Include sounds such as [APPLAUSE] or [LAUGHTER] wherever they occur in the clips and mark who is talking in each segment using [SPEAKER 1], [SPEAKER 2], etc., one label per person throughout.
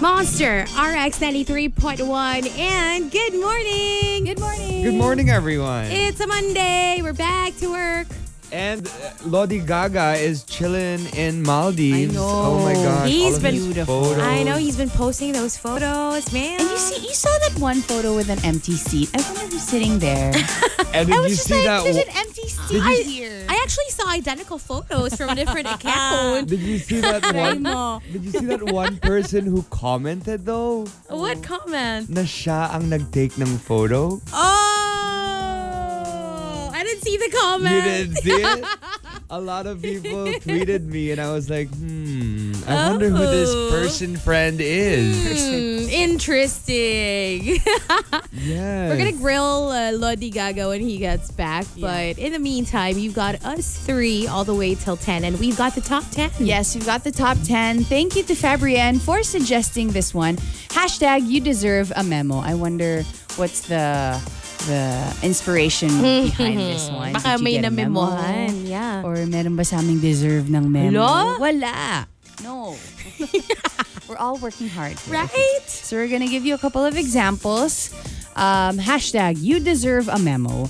[SPEAKER 1] Monster RX 93.1 and good morning. Good morning.
[SPEAKER 2] Good morning, everyone.
[SPEAKER 1] It's a Monday. We're back to work.
[SPEAKER 2] and uh, Lodi Gaga is chilling in Maldives.
[SPEAKER 3] I know.
[SPEAKER 2] Oh my gosh.
[SPEAKER 1] He's
[SPEAKER 2] all of
[SPEAKER 1] been-
[SPEAKER 2] these
[SPEAKER 3] Beautiful.
[SPEAKER 2] photos.
[SPEAKER 1] I know he's been posting those photos, man.
[SPEAKER 3] And you see, you saw that one photo with an empty seat. I remember him sitting there.
[SPEAKER 1] [LAUGHS]
[SPEAKER 2] And did
[SPEAKER 3] I was
[SPEAKER 2] you
[SPEAKER 3] just
[SPEAKER 2] see
[SPEAKER 3] like,
[SPEAKER 1] Uh,
[SPEAKER 2] that?
[SPEAKER 3] there's
[SPEAKER 2] wa-
[SPEAKER 3] an empty seat
[SPEAKER 2] you-
[SPEAKER 3] here.
[SPEAKER 1] I actually saw identical photos from a [LAUGHS] different account.
[SPEAKER 2] Did you see that
[SPEAKER 1] I
[SPEAKER 2] one?
[SPEAKER 1] know.
[SPEAKER 2] Did you see that one person who commented though?
[SPEAKER 1] [LAUGHS] What comment?
[SPEAKER 2] Na siya ang nag-take ng photo?
[SPEAKER 1] Oh, I didn't see the comment.
[SPEAKER 2] You didn't see it? A lot of people tweeted me and I was like, hmm, I wonder who this
[SPEAKER 1] Oh.
[SPEAKER 2] person friend is.
[SPEAKER 1] Hmm, interesting. [LAUGHS]
[SPEAKER 2] Yes.
[SPEAKER 1] We're gonna grill uh, Lodi Gaga when he gets back, but in the meantime, you've got us three all the way till ten, and we've got the top ten.
[SPEAKER 3] Yes, we've got the top 10. Thank you to Fabrienne for suggesting this one. Hashtag you deserve a memo. I wonder what's the the
[SPEAKER 1] [LAUGHS]
[SPEAKER 3] inspiration behind this one.
[SPEAKER 1] Baka
[SPEAKER 3] Did you
[SPEAKER 1] may
[SPEAKER 3] get a memo?
[SPEAKER 1] namemohan, yeah.
[SPEAKER 3] Or meron ba sa aming deserve ng memo?
[SPEAKER 1] Hello?
[SPEAKER 3] Wala. No. [LAUGHS] We're all working hard. here.
[SPEAKER 1] Right?
[SPEAKER 3] So we're gonna give you a couple of examples. Um, hashtag, you deserve a memo.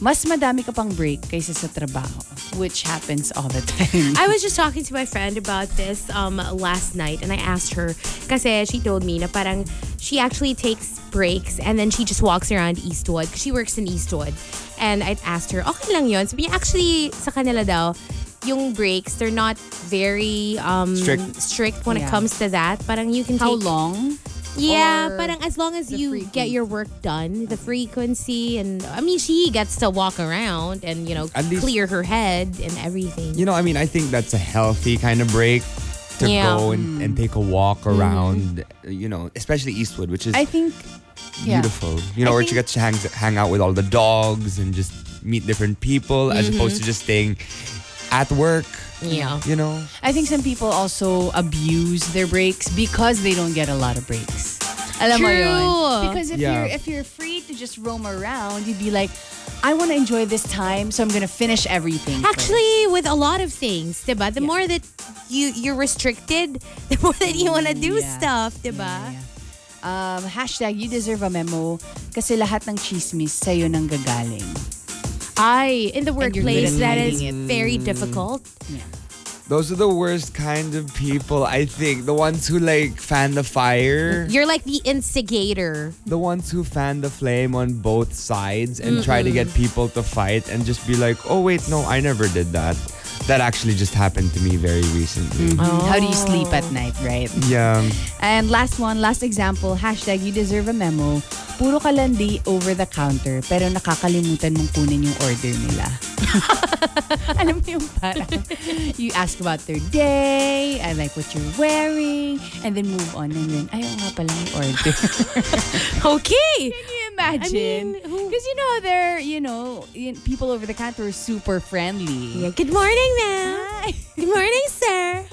[SPEAKER 3] Mas madami ka pang break kaysa sa trabaho, which happens all the [LAUGHS] time.
[SPEAKER 1] I was just talking to my friend about this um, last night, and I asked her because she told me na parang she actually takes breaks and then she just walks around Eastwood 'cause she works in Eastwood. And I asked her, okay lang yun? Sabi niya, actually, sa kanila daw, yung breaks, they're not very um,
[SPEAKER 2] Strict.
[SPEAKER 1] strict when it
[SPEAKER 3] Yeah.
[SPEAKER 1] comes to that. Parang you can
[SPEAKER 3] How
[SPEAKER 1] take
[SPEAKER 3] long?
[SPEAKER 1] Yeah,
[SPEAKER 3] Or
[SPEAKER 1] parang as long as
[SPEAKER 3] the
[SPEAKER 1] you get
[SPEAKER 3] frequency.
[SPEAKER 1] your work done, the frequency, and I mean, she gets to walk around and you know
[SPEAKER 2] At least-
[SPEAKER 1] clear her head and everything.
[SPEAKER 2] you know, I mean, I think that's a healthy kind of break to
[SPEAKER 1] Yeah.
[SPEAKER 2] go and, and take a walk around, you know, especially Eastwood, which is
[SPEAKER 3] Mm-hmm. I think, yeah.
[SPEAKER 2] beautiful. You know,
[SPEAKER 3] I
[SPEAKER 2] where you
[SPEAKER 3] think-
[SPEAKER 2] get to hang, hang out with all the dogs and just meet different people as
[SPEAKER 3] Mm-hmm.
[SPEAKER 2] opposed to just staying at work.
[SPEAKER 1] Yeah.
[SPEAKER 2] You know?
[SPEAKER 3] I think some people also abuse their breaks because they don't get a lot of breaks. Alam mo
[SPEAKER 1] True.
[SPEAKER 3] yun? Because if
[SPEAKER 2] Yeah.
[SPEAKER 3] you're if you're free to just roam around, you'd be like, I want to enjoy this time, so I'm gonna finish everything. first."
[SPEAKER 1] Actually, with a lot of things, diba? The more that you you're restricted, [LAUGHS] the more that you want to do
[SPEAKER 3] yeah.
[SPEAKER 1] stuff, diba?
[SPEAKER 3] Yeah, yeah. Um, hashtag, you deserve a memo kasi lahat ng chismis sa'yo nang gagaling.
[SPEAKER 1] I in the
[SPEAKER 3] And you're good
[SPEAKER 1] workplace
[SPEAKER 3] at
[SPEAKER 1] that is
[SPEAKER 3] hiding it. Mm.
[SPEAKER 1] very difficult.
[SPEAKER 2] Those are the worst kind of people, I think. The ones who like fan the fire,
[SPEAKER 1] You're like the instigator. [LAUGHS]
[SPEAKER 2] the ones who fan the flame on both sides and try to get people to fight and just be like, oh, wait, no, I never did that. That actually just happened to me very recently.
[SPEAKER 3] How do you sleep at night, right?
[SPEAKER 1] Mm-hmm.
[SPEAKER 2] Yeah.
[SPEAKER 3] And last one, last example, hashtag, you deserve a memo. Puro kalandi over the counter pero nakakalimutan mong kunin yung order nila. [LAUGHS] Alam mo yung parang, you ask about their day, I like what you're wearing, and then move on and then, ayaw nga pala yung order.
[SPEAKER 1] Okay.
[SPEAKER 3] Can you imagine?
[SPEAKER 1] I mean, who-
[SPEAKER 3] Because you know they're you know yun- people over the counter are super friendly.
[SPEAKER 1] Yeah, good morning, ma'am. [LAUGHS] Good morning, sir.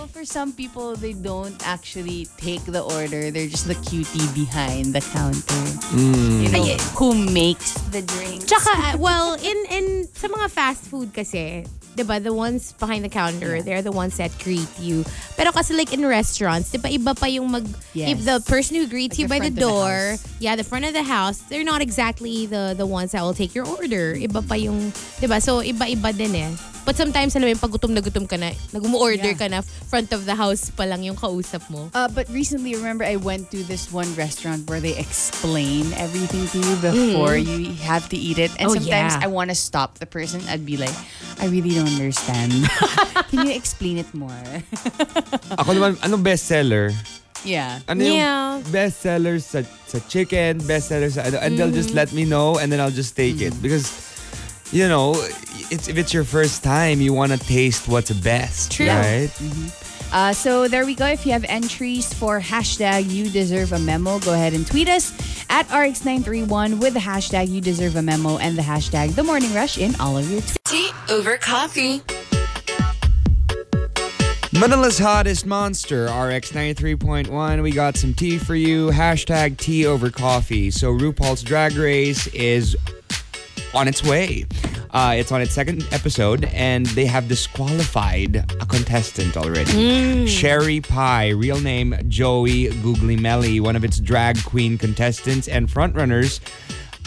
[SPEAKER 3] Well, for some people they don't actually take the order. They're just the cutie behind the counter. You know,
[SPEAKER 1] Ay-
[SPEAKER 3] who makes the drinks?
[SPEAKER 1] Tsaka, uh, well, in, in sa mga fast food kasi, 'di ba the ones behind the counter, they're the ones that greet you. Pero kasi like in restaurants, 'di ba iba pa yung mag,
[SPEAKER 3] Yes.
[SPEAKER 1] if the person who greets
[SPEAKER 3] Like
[SPEAKER 1] you
[SPEAKER 3] the
[SPEAKER 1] by the
[SPEAKER 3] front of the
[SPEAKER 1] door,
[SPEAKER 3] house.
[SPEAKER 1] yeah, the front of the house, they're not exactly the the ones that will take your order. Iba pa yung, 'di ba So, iba-iba din eh. But sometimes, alam mo yung pag gutom na gutom ka na, nag-order
[SPEAKER 3] Yeah.
[SPEAKER 1] ka na, front of the house pa lang yung kausap mo.
[SPEAKER 3] Uh, but recently, remember, I went to this one restaurant where they explain everything to you before you have to eat it.
[SPEAKER 1] Oh,
[SPEAKER 3] And sometimes
[SPEAKER 1] yeah.
[SPEAKER 3] I want to stop the person. I'd be like, I really don't understand. [LAUGHS] Can you explain it more? [LAUGHS]
[SPEAKER 2] Ako naman, anong bestseller?
[SPEAKER 3] yeah.
[SPEAKER 2] Ano
[SPEAKER 1] Yeah.
[SPEAKER 2] yung bestseller sa, sa chicken, bestseller sa ano, and they'll just
[SPEAKER 1] Mm-hmm.
[SPEAKER 2] let me know and then I'll just take it. Because, you know, it's if it's your first time, you want to taste what's best,
[SPEAKER 1] True.
[SPEAKER 2] right?
[SPEAKER 3] Uh, so there we go. If you have entries for hashtag you deserve a memo, go ahead and tweet us at RX931 with the hashtag you deserve a memo and the hashtag the morning rush in all of your tweets.
[SPEAKER 4] Tea over coffee.
[SPEAKER 2] Manila's hottest monster, RX 93.1. We got some tea for you. Hashtag tea over coffee. So RuPaul's Drag Race is on its way. Uh, it's on its second episode, and they have disqualified a contestant already. Sherry Pie, real name Joey Guglielmi, one of its drag queen contestants and frontrunners,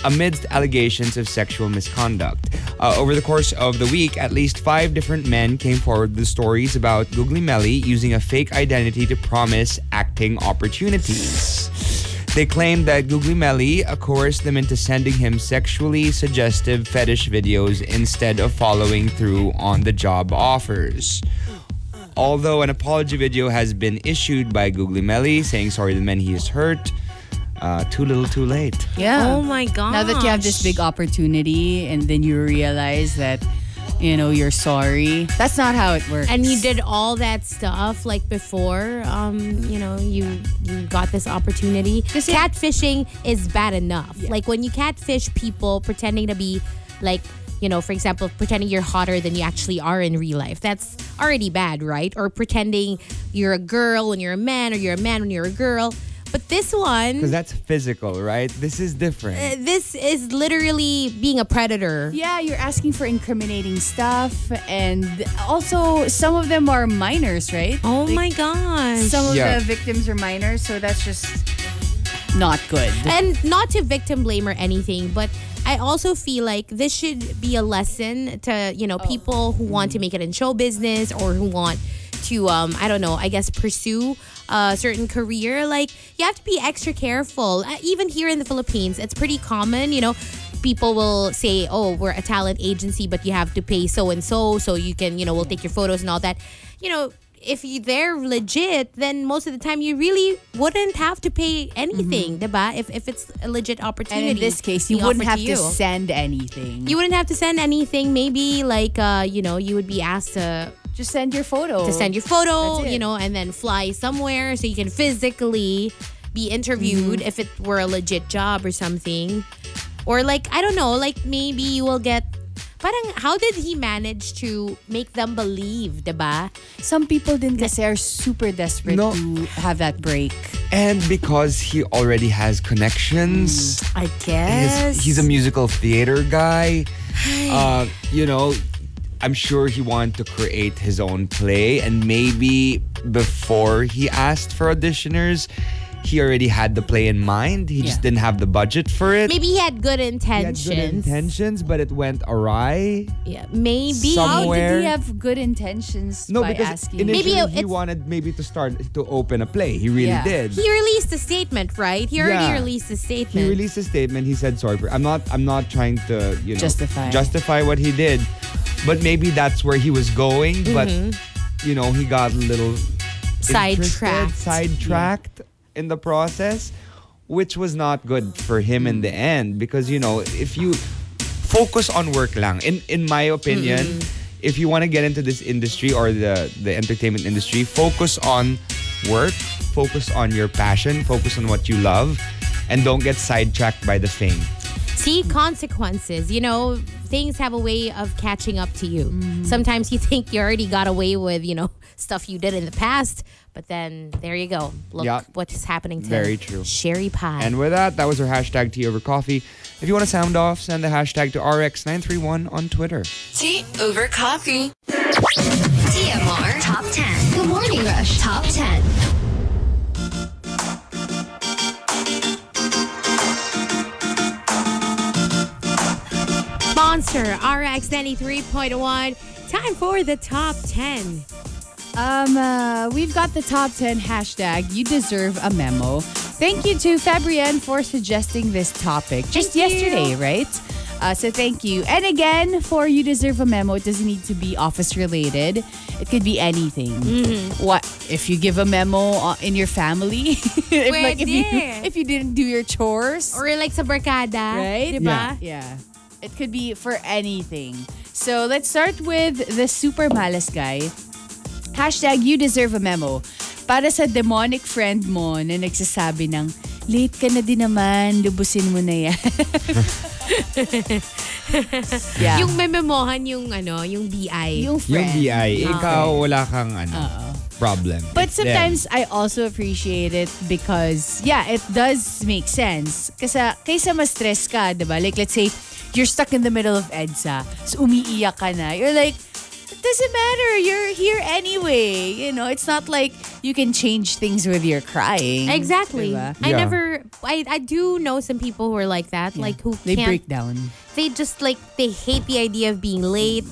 [SPEAKER 2] amidst allegations of sexual misconduct. Uh, over the course of the week, at least five different men came forward with stories about Guglielmi using a fake identity to promise acting opportunities. They claimed that Guglielmi coerced them into sending him sexually suggestive fetish videos instead of following through on the job offers. Although an apology video has been issued by Guglielmi saying sorry to the men he has hurt, uh, too little, too late.
[SPEAKER 3] Yeah.
[SPEAKER 1] Oh my gosh.
[SPEAKER 3] Now that you have this big opportunity and then you realize that, you know, you're sorry. That's not how it works.
[SPEAKER 1] and you did all that stuff like before um you know you you got this opportunity
[SPEAKER 3] you-
[SPEAKER 1] catfishing is bad enough like when you catfish people pretending to be like you know for example pretending you're hotter than you actually are in real life that's already bad right or pretending you're a girl when you're a man or you're a man when you're a girl but this one
[SPEAKER 2] Because that's physical, right? This is different.
[SPEAKER 1] this is literally being a predator
[SPEAKER 3] Yeah, you're asking for incriminating stuff. And also, some of them are minors, right?
[SPEAKER 1] oh
[SPEAKER 3] Like,
[SPEAKER 1] my gosh
[SPEAKER 3] Some of
[SPEAKER 2] Yeah.
[SPEAKER 3] the victims are minors, so that's just not good.
[SPEAKER 1] and not to victim blame or anything, but I also feel like this should be a lesson to you know people who want to make it in show business or who want to um I don't know I guess pursue a certain career. Like you have to be extra careful. Uh, Even here in the Philippines, it's pretty common. You know, people will say, "Oh, we're a talent agency, but you have to pay so and so, so you can you know we'll take your photos and all that." You know. If you, they're legit, then most of the time you really wouldn't have to pay anything, diba? If if it's a legit opportunity.
[SPEAKER 3] Mm-hmm. And in this case, you
[SPEAKER 1] being
[SPEAKER 3] wouldn't have
[SPEAKER 1] offered you.
[SPEAKER 3] to, send anything.
[SPEAKER 1] You wouldn't have to send anything. Maybe like uh, you know, you would be asked to
[SPEAKER 3] just send your photo.
[SPEAKER 1] to send your photo,
[SPEAKER 3] That's it.
[SPEAKER 1] you know, and then fly somewhere so you can physically be interviewed
[SPEAKER 3] Mm-hmm.
[SPEAKER 1] if it were a legit job or something. Or like I don't know, like maybe you will get Parang how did he manage to make them believe, diba?
[SPEAKER 3] Some people didn't kasi are super desperate
[SPEAKER 2] No.
[SPEAKER 3] to have that break.
[SPEAKER 2] And because he already has connections,
[SPEAKER 1] I
[SPEAKER 2] his- he's a musical theater guy. Uh, you know, I'm sure he wanted to create his own play, and maybe before he asked for auditioners, he already had the play in mind. He just
[SPEAKER 3] Yeah.
[SPEAKER 2] didn't have the budget for it.
[SPEAKER 1] Maybe he had good
[SPEAKER 2] he had
[SPEAKER 1] intentions.
[SPEAKER 2] good intentions, but it went awry.
[SPEAKER 1] Yeah, maybe.
[SPEAKER 2] Some-
[SPEAKER 3] How
[SPEAKER 2] Where-
[SPEAKER 3] did he have good intentions
[SPEAKER 2] No,
[SPEAKER 3] by
[SPEAKER 2] because
[SPEAKER 3] asking?
[SPEAKER 2] initially
[SPEAKER 1] Maybe
[SPEAKER 2] he
[SPEAKER 1] it's-
[SPEAKER 2] wanted maybe to start to open a play. He really
[SPEAKER 3] Yeah.
[SPEAKER 2] did.
[SPEAKER 1] He released a statement, right? He already
[SPEAKER 2] Yeah.
[SPEAKER 1] released a statement.
[SPEAKER 2] he released a statement. He said sorry. For, I'm not. I'm not trying to you know
[SPEAKER 3] Justify.
[SPEAKER 2] justify what he did, but maybe that's where he was going. But you know, he got a little interested,
[SPEAKER 1] Sidetracked.
[SPEAKER 2] sidetracked in the process, which was not good for him in the end because you know if you focus on work lang, in in my opinion. If you want to get into this industry or the, the entertainment industry, focus on work, focus on your passion, focus on what you love, and don't get sidetracked by the fame.
[SPEAKER 1] see consequences. You know, things have a way of catching up to you.
[SPEAKER 2] Mm-hmm.
[SPEAKER 1] Sometimes you [LAUGHS] think you already got away with, you know, [LAUGHS] stuff you did in the past, but then there you go. Look
[SPEAKER 2] Yeah.
[SPEAKER 1] what is happening to
[SPEAKER 2] Very true.
[SPEAKER 1] Sherry Pie.
[SPEAKER 2] And with that, that was our hashtag tea over coffee. If you want to sound off, send the hashtag to RX931 on Twitter.
[SPEAKER 4] Tea over coffee. TMR Top 10. Good morning, Rush. Top 10.
[SPEAKER 1] Monster RX 93.1. Time for the top 10.
[SPEAKER 3] Um, uh, we've got the top 10 hashtag, you deserve a memo. Thank you to Fabrienne for suggesting this topic just
[SPEAKER 1] Thank you.
[SPEAKER 3] yesterday, right? Uh, so thank you. And again, for you deserve a memo, it doesn't need to be office related. It could be anything.
[SPEAKER 1] Mm-hmm.
[SPEAKER 3] What if you give a memo uh, in your family? [LAUGHS] if, if you
[SPEAKER 1] Pwede.
[SPEAKER 3] if you didn't do your chores,
[SPEAKER 1] Or like sa barkada.
[SPEAKER 3] right?
[SPEAKER 1] Diba?
[SPEAKER 3] Yeah. It could be for anything. So let's start with the super malas guy. Hashtag you deserve a memo. Para sa demonic friend mo na nagsasabi ng, late ka na din naman, lubusin mo na yan. [LAUGHS] yeah.
[SPEAKER 1] Yung mememohan yung ano, yung BI.
[SPEAKER 3] Yung
[SPEAKER 2] Yung
[SPEAKER 3] friend.
[SPEAKER 2] BI, ikaw wala kang ano, problem.
[SPEAKER 3] But
[SPEAKER 2] It's them.
[SPEAKER 3] sometimes I also appreciate it because yeah, it does make sense. Kasi kaysa ma-stress ka, 'di ba? Like let's say you're stuck in the middle of EDSA. So umiiyak ka na. You're like, it doesn't matter. You're here anyway. You know, it's not like you can change things with your crying.
[SPEAKER 1] Exactly.
[SPEAKER 3] Diba?
[SPEAKER 1] I
[SPEAKER 2] Yeah.
[SPEAKER 1] never. I, I do know some people who are like that. Like who
[SPEAKER 3] They
[SPEAKER 1] can't.
[SPEAKER 3] break down.
[SPEAKER 1] They just like they hate the idea of being late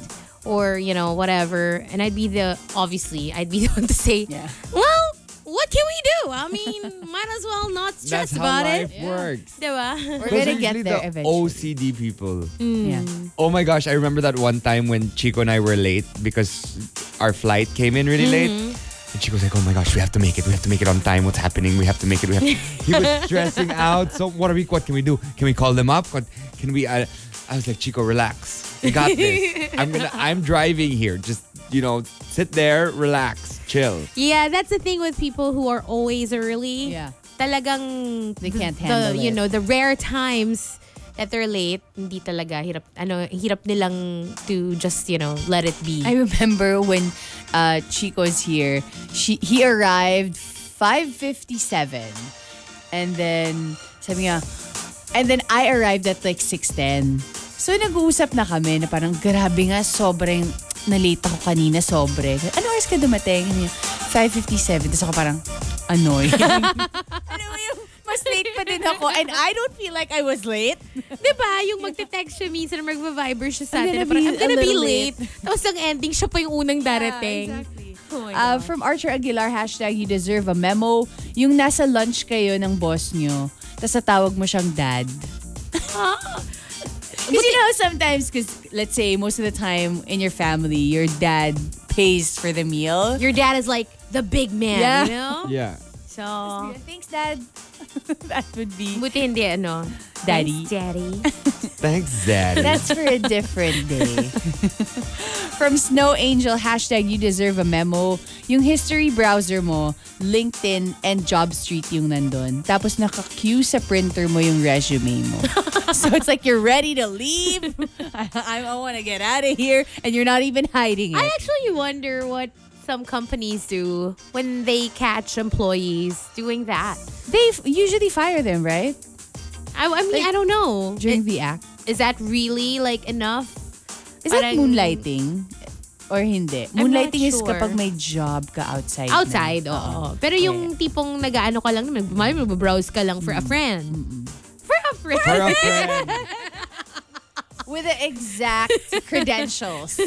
[SPEAKER 1] or you know whatever. And I'd be the obviously I'd be [LAUGHS] the one to say,
[SPEAKER 3] Yeah.
[SPEAKER 1] well, what can we do? I mean, [LAUGHS] might as well not stress
[SPEAKER 2] That's how
[SPEAKER 1] about
[SPEAKER 2] life
[SPEAKER 1] it.
[SPEAKER 2] works.
[SPEAKER 1] Diba?
[SPEAKER 3] We're
[SPEAKER 2] Those
[SPEAKER 3] gonna
[SPEAKER 2] are
[SPEAKER 3] get
[SPEAKER 2] usually
[SPEAKER 3] there
[SPEAKER 2] the
[SPEAKER 3] eventually. Mm.
[SPEAKER 2] OCD people.
[SPEAKER 3] Yeah.
[SPEAKER 2] Oh my gosh, I remember that one time when Chico and I were late because our flight came in really late.
[SPEAKER 3] Mm-hmm.
[SPEAKER 2] And Chico's like, oh my gosh, we have to make it. We have to make it on time. What's happening? We have to make it. We
[SPEAKER 3] [LAUGHS]
[SPEAKER 2] have to. he was stressing out. So what are we, what can we do? Can we call them up? What- Can we, uh, I was like, Chico, relax. We got this. I'm gonna, I'm driving here. Just, you know, sit there, relax,
[SPEAKER 3] [LAUGHS]
[SPEAKER 2] chill.
[SPEAKER 1] [LAUGHS] Yeah, that's the thing with people who are always early.
[SPEAKER 3] Yeah.
[SPEAKER 1] Talagang
[SPEAKER 3] They can't
[SPEAKER 1] the,
[SPEAKER 3] handle
[SPEAKER 1] You
[SPEAKER 3] it.
[SPEAKER 1] know, the rare times that they're late, hindi talaga hirap ano hirap nilang to just, you know, let it be.
[SPEAKER 3] I remember when uh, Chico's here, she he arrived 5:57. And then sabi niya, and then I arrived at like 6:10. So nag-uusap na kami na parang grabe nga sobrang nalate ako kanina sobre. Ano oras ka dumating? Sabi niya, 5:57. Tapos ako parang annoyed. Alam mo yung mas late pa din ako and I don't feel like I was late.
[SPEAKER 1] diba? Yung magte-text siya minsan, magva-viber siya sa
[SPEAKER 3] I'm
[SPEAKER 1] atin. na Parang,
[SPEAKER 3] gonna be
[SPEAKER 1] I'm gonna
[SPEAKER 3] a
[SPEAKER 1] be
[SPEAKER 3] little
[SPEAKER 1] late. Tapos ang ending, siya pa yung unang darating. Oh my
[SPEAKER 3] Uh,
[SPEAKER 1] gosh.
[SPEAKER 3] from Archer Aguilar, hashtag you deserve a memo. Yung nasa lunch kayo ng boss nyo, tapos natawag mo siyang dad. [LAUGHS] Because you know, sometimes, because let's say most of the time in your family, your dad pays for the meal.
[SPEAKER 1] Your dad is like the big man,
[SPEAKER 3] Yeah.
[SPEAKER 1] you know?
[SPEAKER 2] Yeah.
[SPEAKER 1] So,
[SPEAKER 3] Thanks, dad. [LAUGHS] that would be
[SPEAKER 1] buti hindi ano.
[SPEAKER 3] Daddy.
[SPEAKER 1] Thanks, Daddy.
[SPEAKER 2] Thanks, Daddy.
[SPEAKER 3] That's for a different [LAUGHS] day. From Snow Angel, hashtag you deserve a memo. Yung history browser mo, LinkedIn and Job Street yung nandun. Tapos naka-queue sa printer mo yung resume [LAUGHS] mo. so it's like you're ready to leave. I, I want to get out of here. And you're not even hiding
[SPEAKER 1] [LAUGHS] I
[SPEAKER 3] it.
[SPEAKER 1] actually wonder what some companies do when they catch employees doing that.
[SPEAKER 3] They f- usually fire them, right?
[SPEAKER 1] I, I mean, I don't know.
[SPEAKER 3] During the act.
[SPEAKER 1] Is that really like enough?
[SPEAKER 3] Is that
[SPEAKER 1] Parang-
[SPEAKER 3] moonlighting? Or hindi?
[SPEAKER 1] I'm not
[SPEAKER 3] Moonlighting is
[SPEAKER 1] sure.
[SPEAKER 3] kapag may job ka outside. na.
[SPEAKER 1] Outside,
[SPEAKER 3] Oh,
[SPEAKER 1] oo. Pero yung tipong nag-ano ka lang, nag- may browse ka lang for a friend. For a friend.
[SPEAKER 2] For our friend.
[SPEAKER 3] with the
[SPEAKER 1] [LAUGHS]
[SPEAKER 3] exact credentials. [LAUGHS]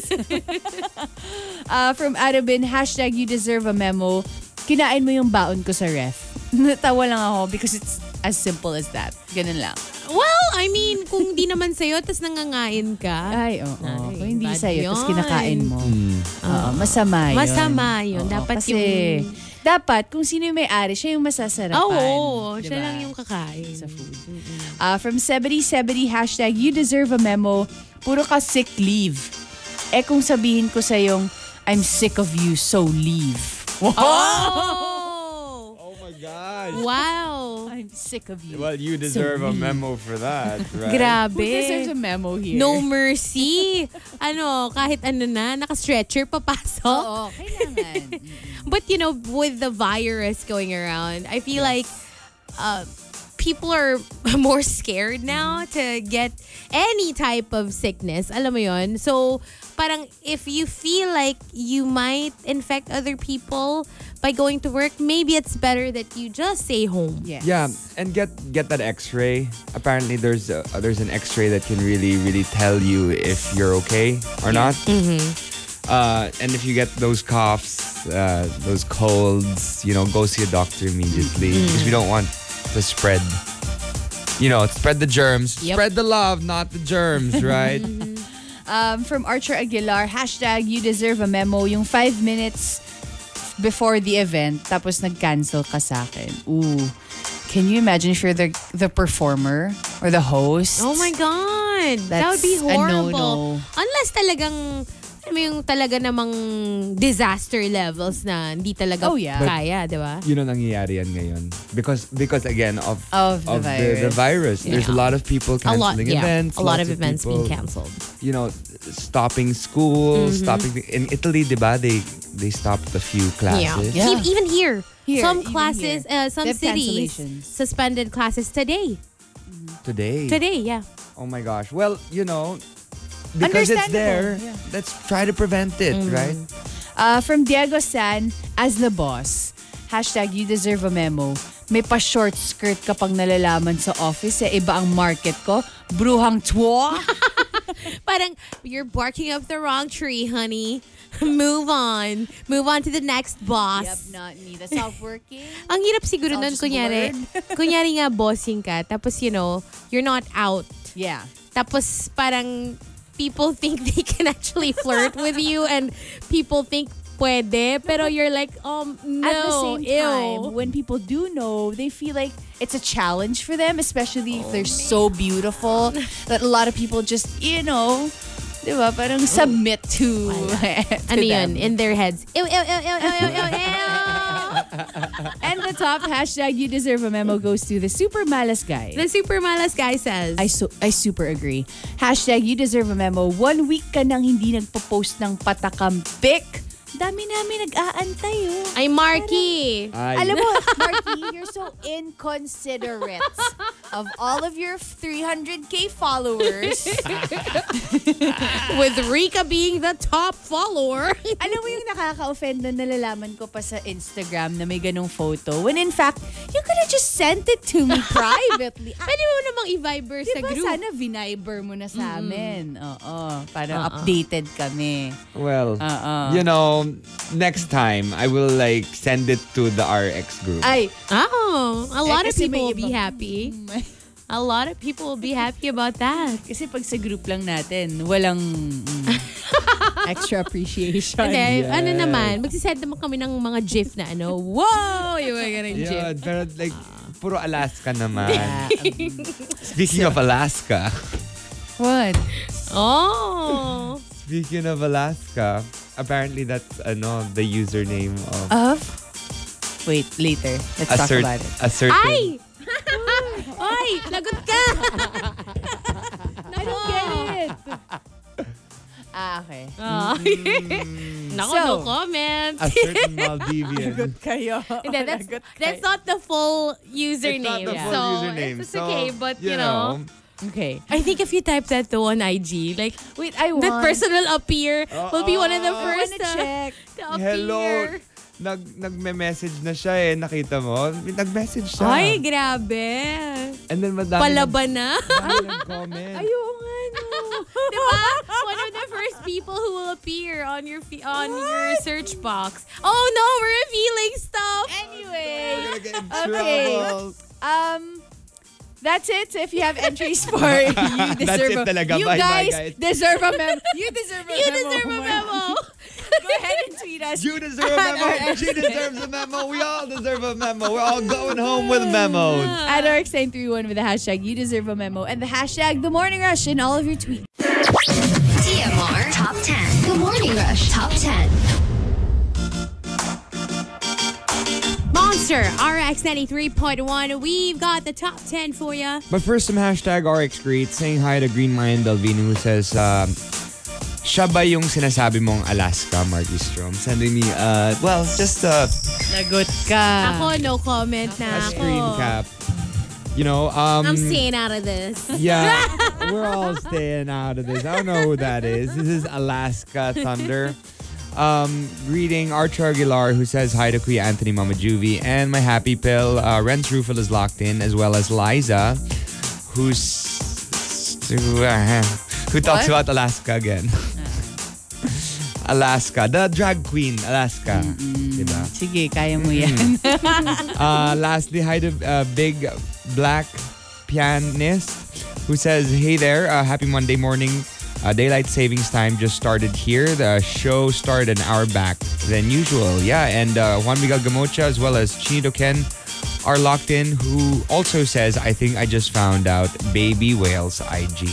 [SPEAKER 3] uh, from Arabin, hashtag you deserve a memo. Kinain mo yung baon ko sa ref. [LAUGHS] Natawa lang ako because it's as simple as that. Ganun lang.
[SPEAKER 1] Well, I mean, kung di naman sa'yo, tas nangangain ka.
[SPEAKER 3] Ay, oo.
[SPEAKER 1] Ay,
[SPEAKER 3] Kung hindi
[SPEAKER 1] bad
[SPEAKER 3] sa'yo, tapos
[SPEAKER 1] yun.
[SPEAKER 3] kinakain mo. Oo, masama yun.
[SPEAKER 1] Masama yun. Dapat
[SPEAKER 3] kasi,
[SPEAKER 1] yung-
[SPEAKER 3] Dapat, kung sino yung may-ari, siya yung masasarapan.
[SPEAKER 1] Oo, oh, siya
[SPEAKER 3] Diba?
[SPEAKER 1] lang yung kakain.
[SPEAKER 3] sa food. Uh, from 7070, hashtag you deserve a memo. Puro ka sick leave. Eh kung sabihin ko sa yung I'm sick of you, so leave.
[SPEAKER 1] Oh!
[SPEAKER 2] Oh my gosh.
[SPEAKER 1] Wow!
[SPEAKER 3] I'm sick of you.
[SPEAKER 2] Well, you deserve a memo for that, right?
[SPEAKER 1] Grabe.
[SPEAKER 3] Who deserves a memo here?
[SPEAKER 1] No mercy. ano, kahit ano na, naka-stretcher papasok.
[SPEAKER 3] Oo, Oh, kailangan.
[SPEAKER 1] [LAUGHS] But you know, with the virus going around, I feel like uh, people are [LAUGHS] more scared now to get any type of sickness. Alam mo yon? So, parang if you feel like you might infect other people by going to work, maybe it's better that you just stay home.
[SPEAKER 3] yes.
[SPEAKER 2] Yeah, and get get that X-ray. Apparently, there's a, uh, there's an X-ray that can really really tell you if you're okay or not. Mm-hmm. Uh, and if you get those coughs, uh, those colds, you know, go see a doctor immediately because we don't want to spread. You know, spread the germs.
[SPEAKER 1] Yep.
[SPEAKER 2] Spread the love, not the germs, right?
[SPEAKER 3] Um, from Archer Aguilar, hashtag you deserve a memo. Yung five minutes before the event, tapos nag-cancel ka sa akin. Ooh. Can you imagine if you're the, the performer or the host?
[SPEAKER 1] Oh my God! that would
[SPEAKER 3] That's
[SPEAKER 1] be
[SPEAKER 3] a
[SPEAKER 1] horrible.
[SPEAKER 3] no-no.
[SPEAKER 1] Unless talagang, alam mo yung talaga namang disaster levels na hindi talaga
[SPEAKER 3] Oh, yeah. But-
[SPEAKER 1] kaya, di ba?
[SPEAKER 2] you know nangyayari yan ngayon because because again of
[SPEAKER 3] Of the
[SPEAKER 2] the,
[SPEAKER 3] virus.
[SPEAKER 2] virus there's a
[SPEAKER 1] Yeah.
[SPEAKER 2] lot of people
[SPEAKER 1] A lot,
[SPEAKER 2] canceling
[SPEAKER 1] yeah.
[SPEAKER 2] events
[SPEAKER 1] a lot
[SPEAKER 2] lots
[SPEAKER 1] of events being
[SPEAKER 2] people,
[SPEAKER 1] canceled.
[SPEAKER 2] you know stopping school stopping in Italy diba they they stopped a few classes
[SPEAKER 3] Yeah.
[SPEAKER 1] He- even here.
[SPEAKER 3] Here,
[SPEAKER 1] some
[SPEAKER 3] even
[SPEAKER 1] classes,
[SPEAKER 3] here.
[SPEAKER 1] Uh, some
[SPEAKER 3] They have
[SPEAKER 1] cities
[SPEAKER 3] cancellations.
[SPEAKER 1] suspended classes today.
[SPEAKER 2] today
[SPEAKER 1] Today, yeah.
[SPEAKER 2] oh Oh my gosh. Well, you know, because it's
[SPEAKER 3] Understandable,
[SPEAKER 2] there,
[SPEAKER 3] yeah.
[SPEAKER 2] let's try to prevent it, right?
[SPEAKER 3] Uh, from Diego San, as the boss, hashtag you deserve a memo. May pa-short skirt kapag nalalaman sa office, eh, iba ang market ko. Bruhang twa.
[SPEAKER 1] Parang, um, you're barking up the wrong tree, honey. [LAUGHS] Move on. Move on to the next boss.
[SPEAKER 3] not me. That's not working.
[SPEAKER 1] Ang hirap siguro
[SPEAKER 3] Sounds
[SPEAKER 1] nun,
[SPEAKER 3] just
[SPEAKER 1] kunyari, [LAUGHS] kunyari nga bossing ka, tapos you know, you're not out.
[SPEAKER 3] yeah.
[SPEAKER 1] Tapos parang people think [LAUGHS] they can actually flirt with you and people think pwede, pero you're like, um, no,
[SPEAKER 3] [LAUGHS] At the same
[SPEAKER 1] ew.
[SPEAKER 3] time, when people do know, they feel like it's a challenge for them, especially if they're
[SPEAKER 1] Oh,
[SPEAKER 3] so beautiful that a lot of people just, you know, di ba, parang submit to, [LAUGHS] to
[SPEAKER 1] ano yun,
[SPEAKER 3] them.
[SPEAKER 1] in their heads. Ew, ew, ew, ew, ew, ew, ew, ew.
[SPEAKER 3] And the top hashtag you deserve a memo goes to the super malas guy.
[SPEAKER 1] [LAUGHS] The super malas guy says,
[SPEAKER 3] I, su- I super agree. Hashtag you deserve a memo. One week ka nang hindi nagpo-post ng patakam pic. Dami namin nag-aantay oh.
[SPEAKER 1] ay, Marky.
[SPEAKER 2] Ay.
[SPEAKER 1] [LAUGHS]
[SPEAKER 3] Alam mo, Marky, you're so inconsiderate of all of your 300k
[SPEAKER 1] [LAUGHS]
[SPEAKER 3] followers.
[SPEAKER 1] with Rika being the top follower.
[SPEAKER 3] Alam mo yung nakaka-offend na nalalaman ko pa sa Instagram na may ganong photo. When in fact, you could have just sent it to
[SPEAKER 1] [LAUGHS]
[SPEAKER 3] me privately. Ah,
[SPEAKER 1] [LAUGHS] Pwede mo namang i-viber sa
[SPEAKER 3] diba,
[SPEAKER 1] group.
[SPEAKER 3] sana viniber mo na sa amin. Oo, para
[SPEAKER 1] Uh-uh.
[SPEAKER 3] updated kami.
[SPEAKER 2] Well,
[SPEAKER 3] Uh-uh.
[SPEAKER 2] you know, next time I will like send it to the RX group.
[SPEAKER 3] Ay,
[SPEAKER 1] Oh, a lot
[SPEAKER 3] Eh,
[SPEAKER 1] of
[SPEAKER 3] kasi
[SPEAKER 1] people
[SPEAKER 3] may
[SPEAKER 1] will be
[SPEAKER 3] iba-
[SPEAKER 1] happy. A lot of people will be happy about that.
[SPEAKER 3] Kasi pag sa group lang natin, walang mm, extra appreciation.
[SPEAKER 1] Okay, ano naman, magsisend naman kami ng mga gif na [LAUGHS] ano, wow, yung mga ganang gif.
[SPEAKER 2] yeah, pero like puro Alaska naman. Speaking of Alaska,
[SPEAKER 3] What?
[SPEAKER 1] Oh!
[SPEAKER 2] speaking of Alaska, apparently that's ano the username
[SPEAKER 1] Oh,
[SPEAKER 2] of
[SPEAKER 3] Of? Wait, later. Let's talk
[SPEAKER 2] cer-
[SPEAKER 3] about it.
[SPEAKER 2] a certain
[SPEAKER 1] [LAUGHS] Ay! Ay, lagot [LAUGHS] ka! Nako.
[SPEAKER 3] [LAUGHS] Ah, okay.
[SPEAKER 1] Oh. Nako,
[SPEAKER 3] So,
[SPEAKER 1] no comment.
[SPEAKER 2] [LAUGHS] a certain Maldivian.
[SPEAKER 3] Kayo.
[SPEAKER 1] Hindi,
[SPEAKER 3] [LAUGHS]
[SPEAKER 1] that's, that's not the full
[SPEAKER 2] It's
[SPEAKER 1] [LAUGHS]
[SPEAKER 2] not
[SPEAKER 1] username.
[SPEAKER 2] the full
[SPEAKER 1] so,
[SPEAKER 2] username.
[SPEAKER 1] It's
[SPEAKER 2] so,
[SPEAKER 1] okay, but you know.
[SPEAKER 3] Okay.
[SPEAKER 1] I think if you type that though on IG, like
[SPEAKER 3] Wait, I want...
[SPEAKER 1] that person will appear. will be one of the
[SPEAKER 2] Oo.
[SPEAKER 3] I
[SPEAKER 1] first
[SPEAKER 3] wanna
[SPEAKER 1] uh,
[SPEAKER 3] check.
[SPEAKER 1] [LAUGHS] to appear.
[SPEAKER 2] Hello. Nag nagme-message na siya eh, nakita mo? Nag-message siya.
[SPEAKER 1] Ay, grabe.
[SPEAKER 2] And then madami
[SPEAKER 1] Palaban
[SPEAKER 3] [LAUGHS]
[SPEAKER 1] na. [LAUGHS]
[SPEAKER 2] madami nag-comment.
[SPEAKER 3] Ayoko nga, no.
[SPEAKER 1] diba? One of the first people who will appear on your fe- on your search box. Oh no, we're revealing stuff.
[SPEAKER 3] Eh, Anyway.
[SPEAKER 2] We're gonna get in
[SPEAKER 3] Okay.
[SPEAKER 2] trouble.
[SPEAKER 3] Um, that's it. So if you have entries
[SPEAKER 2] [LAUGHS]
[SPEAKER 3] for you deserve
[SPEAKER 2] That's it
[SPEAKER 3] a,
[SPEAKER 2] talaga.
[SPEAKER 3] you
[SPEAKER 2] Bye-bye,
[SPEAKER 3] guys,
[SPEAKER 2] guys.
[SPEAKER 3] deserve a memo. You deserve a
[SPEAKER 1] You
[SPEAKER 3] memo.
[SPEAKER 1] deserve a memo.
[SPEAKER 3] Go ahead and tweet us.
[SPEAKER 2] You deserve a
[SPEAKER 1] [LAUGHS]
[SPEAKER 2] memo. She deserves a memo. We all deserve a memo. We're all going home with memos.
[SPEAKER 3] [LAUGHS] at RX931 with the hashtag you deserve a memo and the hashtag the morning rush in all of your tweets.
[SPEAKER 4] TMR Top 10. Good Morning Rush Top 10.
[SPEAKER 1] Monster RX 93.1. We've got the top 10 for you.
[SPEAKER 2] But first, some hashtag RX greet. Saying hi to Green Mayan Delvino who says, um, siya ba yung sinasabi mong Alaska, Marky Strom? Sending me, uh, well, just a,
[SPEAKER 3] Lagot
[SPEAKER 2] Ah.
[SPEAKER 3] ka.
[SPEAKER 1] Ako, no comment na
[SPEAKER 2] a
[SPEAKER 1] ako.
[SPEAKER 2] screen cap. You know, um...
[SPEAKER 1] I'm staying out of this.
[SPEAKER 2] [LAUGHS] Yeah, we're all staying out of this. I don't know who that is. This is Alaska Thunder. Um, greeting Archer Aguilar, who says hi to Kuya Anthony Mama Juvie, and my happy pill, uh, Renz Rufil is locked in, as well as Liza, who's who, uh, who talks about Alaska again. Alaska, the drag queen, Alaska. Diba?
[SPEAKER 3] Sige, kaya mo yan. [LAUGHS]
[SPEAKER 2] Uh, lastly, hi to uh, Big Black Pianist who says, Hey there, uh, happy Monday morning. Uh, daylight savings time just started here. The show started an hour back than usual. Yeah, and uh, Juan Miguel Gamocha as well as Chinito Ken are locked in, who also says, I think I just found out Baby Whale's IG.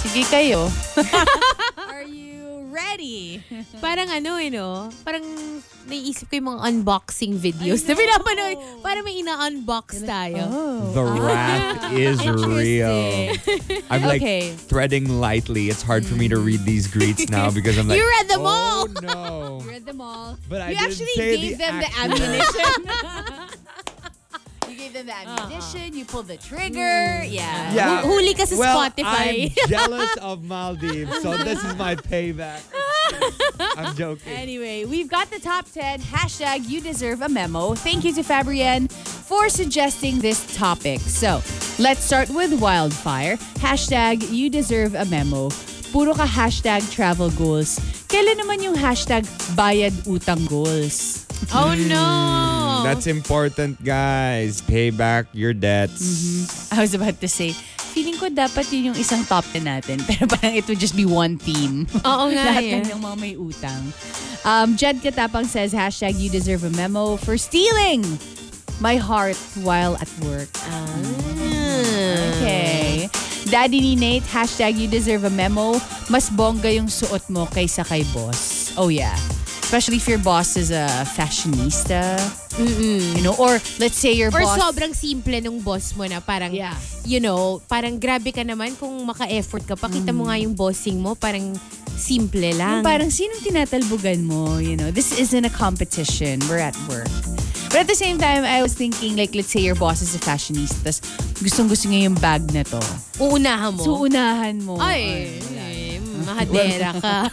[SPEAKER 3] Sige kayo.
[SPEAKER 1] Are you
[SPEAKER 2] [LAUGHS]
[SPEAKER 1] ready? parang ano eh, no? Parang naiisip ko yung mga unboxing videos na pinapanood. Parang may ina-unbox tayo.
[SPEAKER 3] Oh.
[SPEAKER 2] The wrath is real. I'm like
[SPEAKER 3] Okay.
[SPEAKER 2] threading lightly. It's hard for me to read these greets now because I'm like,
[SPEAKER 1] You read them all."
[SPEAKER 2] oh, no.
[SPEAKER 3] [LAUGHS] Read them all.
[SPEAKER 2] But I
[SPEAKER 3] you
[SPEAKER 2] didn't
[SPEAKER 3] actually
[SPEAKER 2] say the
[SPEAKER 3] gave them
[SPEAKER 2] actual-
[SPEAKER 3] the ammunition. you gave them in the ammunition, you pull the trigger. Ah. Mm. Yeah.
[SPEAKER 2] Yeah.
[SPEAKER 1] Hu- huli ka sa
[SPEAKER 2] well,
[SPEAKER 1] Spotify.
[SPEAKER 3] [LAUGHS]
[SPEAKER 2] I'm jealous of Maldives, so this is my payback. I'm joking.
[SPEAKER 3] Anyway, we've got the top 10. Hashtag you deserve a memo. Thank you to Fabrienne for suggesting this topic. So, let's start with wildfire. Hashtag you deserve a memo. Puro ka hashtag travel goals. Kailan naman yung hashtag bayad utang goals?
[SPEAKER 1] Oh
[SPEAKER 3] Oh.
[SPEAKER 1] no.
[SPEAKER 2] Mm, That's important, guys. Pay back your debts.
[SPEAKER 3] I was about to say, feeling ko dapat yun yung isang top 10 natin. [LAUGHS] Pero parang it would just be one theme.
[SPEAKER 1] Oo nga
[SPEAKER 3] Lahat
[SPEAKER 1] eh.
[SPEAKER 3] na ng mga may utang. Um, Jed Katapang says, hashtag you deserve a memo for stealing my heart while at work.
[SPEAKER 1] Ah. Hmm.
[SPEAKER 3] Okay. Daddy ni Nate, hashtag you deserve a memo. Mas bongga yung suot mo kaysa kay boss. Oh yeah. Especially if your boss is a fashionista. You know, or let's say your
[SPEAKER 1] Or
[SPEAKER 3] boss...
[SPEAKER 1] sobrang simple nung boss mo na parang,
[SPEAKER 3] Yeah.
[SPEAKER 1] you know, parang grabe ka naman kung maka-effort ka. Pakita mo nga yung bossing mo, parang simple lang.
[SPEAKER 3] Yung parang sinong tinatalbugan mo, you know, this isn't a competition. We're at work. But at the same time, I was thinking like, let's say your boss is a fashionista, tas gustong gusto niya yung bag na to.
[SPEAKER 1] Uunahan mo.
[SPEAKER 3] So, unahan mo.
[SPEAKER 1] Ay, eh, mahadera ka.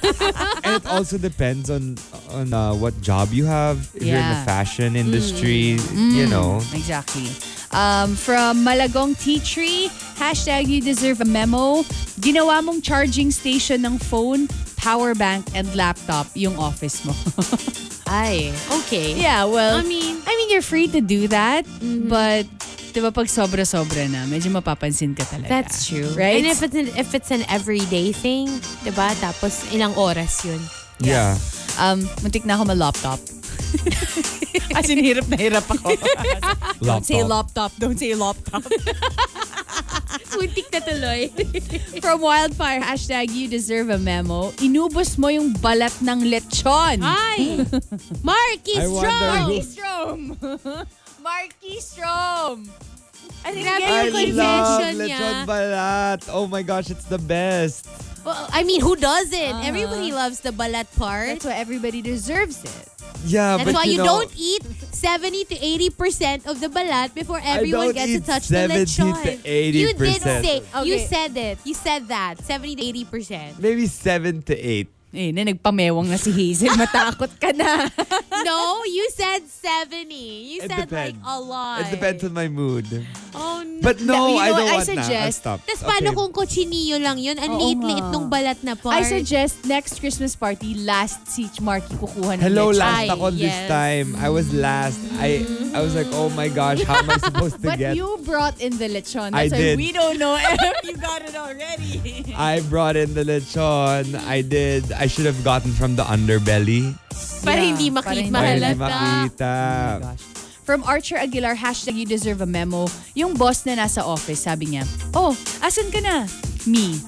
[SPEAKER 2] And it also depends on on uh, what job you have. If you're in the
[SPEAKER 3] Yeah. Mm.
[SPEAKER 2] fashion industry, you know.
[SPEAKER 3] Exactly. Um, from Malagong Tea Tree, hashtag you deserve a memo. Ginawa mong charging station ng phone, power bank, and laptop yung office mo.
[SPEAKER 1] [LAUGHS]
[SPEAKER 3] [LAUGHS]
[SPEAKER 1] Ay, okay.
[SPEAKER 3] yeah, well,
[SPEAKER 1] I mean,
[SPEAKER 3] I mean, you're free to do that, but di ba pag sobra-sobra na, medyo mapapansin ka talaga.
[SPEAKER 1] that's true.
[SPEAKER 3] Right?
[SPEAKER 1] And if it's an, if it's an everyday thing, 'di ba? Tapos ilang oras 'yun.
[SPEAKER 2] Yeah.
[SPEAKER 3] um, muntik na ako ma-laptop. [LAUGHS] As in, hirap na hirap ako. don't [LAUGHS] say
[SPEAKER 2] Laptop.
[SPEAKER 3] laptop. Don't say laptop. [LAUGHS]
[SPEAKER 1] Muntik na tuloy.
[SPEAKER 3] From Wildfire, hashtag you deserve a memo. Inubos mo yung balat ng lechon.
[SPEAKER 2] [LAUGHS]
[SPEAKER 1] Ay! Marky
[SPEAKER 2] I wonder
[SPEAKER 1] Strong!
[SPEAKER 2] who-
[SPEAKER 3] Strom! [LAUGHS] Marky Strom! Ano
[SPEAKER 1] Grabe
[SPEAKER 3] yung
[SPEAKER 2] I
[SPEAKER 1] yung confession
[SPEAKER 2] love
[SPEAKER 1] niya.
[SPEAKER 2] lechon balat. Oh my gosh, it's the best.
[SPEAKER 1] Well, I mean, who doesn't? Everybody loves the balat part.
[SPEAKER 3] Uh-huh. That's why everybody deserves it.
[SPEAKER 2] Yeah,
[SPEAKER 1] That's
[SPEAKER 2] but
[SPEAKER 1] why you,
[SPEAKER 2] you, know,
[SPEAKER 1] don't eat 70 to 80% of the balat before everyone
[SPEAKER 2] don't
[SPEAKER 1] gets to
[SPEAKER 2] eat
[SPEAKER 1] touch
[SPEAKER 2] 70
[SPEAKER 1] the lechon.
[SPEAKER 2] to
[SPEAKER 1] You did
[SPEAKER 2] 80%.
[SPEAKER 1] say, you
[SPEAKER 3] Okay.
[SPEAKER 1] said it. You said that. 70 to
[SPEAKER 3] [LAUGHS]
[SPEAKER 1] 80%.
[SPEAKER 2] Maybe seven to eight.
[SPEAKER 3] Eh, na nagpamewang na si Hazel. [LAUGHS] Matakot ka [LAUGHS] na.
[SPEAKER 1] no, you said 70. You
[SPEAKER 2] It
[SPEAKER 1] said like
[SPEAKER 2] depends.
[SPEAKER 1] a lot.
[SPEAKER 2] It depends on my mood.
[SPEAKER 3] [LAUGHS]
[SPEAKER 1] Oh no.
[SPEAKER 2] But no,
[SPEAKER 3] you know
[SPEAKER 2] I don't
[SPEAKER 3] what? I
[SPEAKER 2] want na. I'll
[SPEAKER 3] suggest-
[SPEAKER 2] stop.
[SPEAKER 1] Tapos paano kung kochinillo lang yun? Ang
[SPEAKER 3] Oo
[SPEAKER 1] liit-liit
[SPEAKER 3] nga.
[SPEAKER 1] nung balat na part.
[SPEAKER 3] I suggest next Christmas party, last si Marky kukuha ng
[SPEAKER 2] Hello,
[SPEAKER 3] lechon.
[SPEAKER 2] last
[SPEAKER 1] Ay,
[SPEAKER 2] ako this
[SPEAKER 1] yes. Mm-hmm.
[SPEAKER 2] time. I was last. I I was like, oh my gosh, how am I
[SPEAKER 1] [LAUGHS]
[SPEAKER 2] supposed to
[SPEAKER 3] But
[SPEAKER 2] get?
[SPEAKER 3] you brought in the lechon.
[SPEAKER 2] I
[SPEAKER 3] That's why
[SPEAKER 2] did.
[SPEAKER 3] we don't know [LAUGHS] if you got it already.
[SPEAKER 2] I brought in the lechon. I did. I should have gotten from the underbelly.
[SPEAKER 1] Para
[SPEAKER 3] Yeah,
[SPEAKER 1] hindi
[SPEAKER 3] para
[SPEAKER 1] makita.
[SPEAKER 3] hindi-
[SPEAKER 2] Para hindi
[SPEAKER 1] Mahalata.
[SPEAKER 2] makita.
[SPEAKER 1] Oh
[SPEAKER 3] gosh. From Archer Aguilar, hashtag you deserve a memo. Yung boss na nasa office, sabi niya, Oh, asan ka na? Me.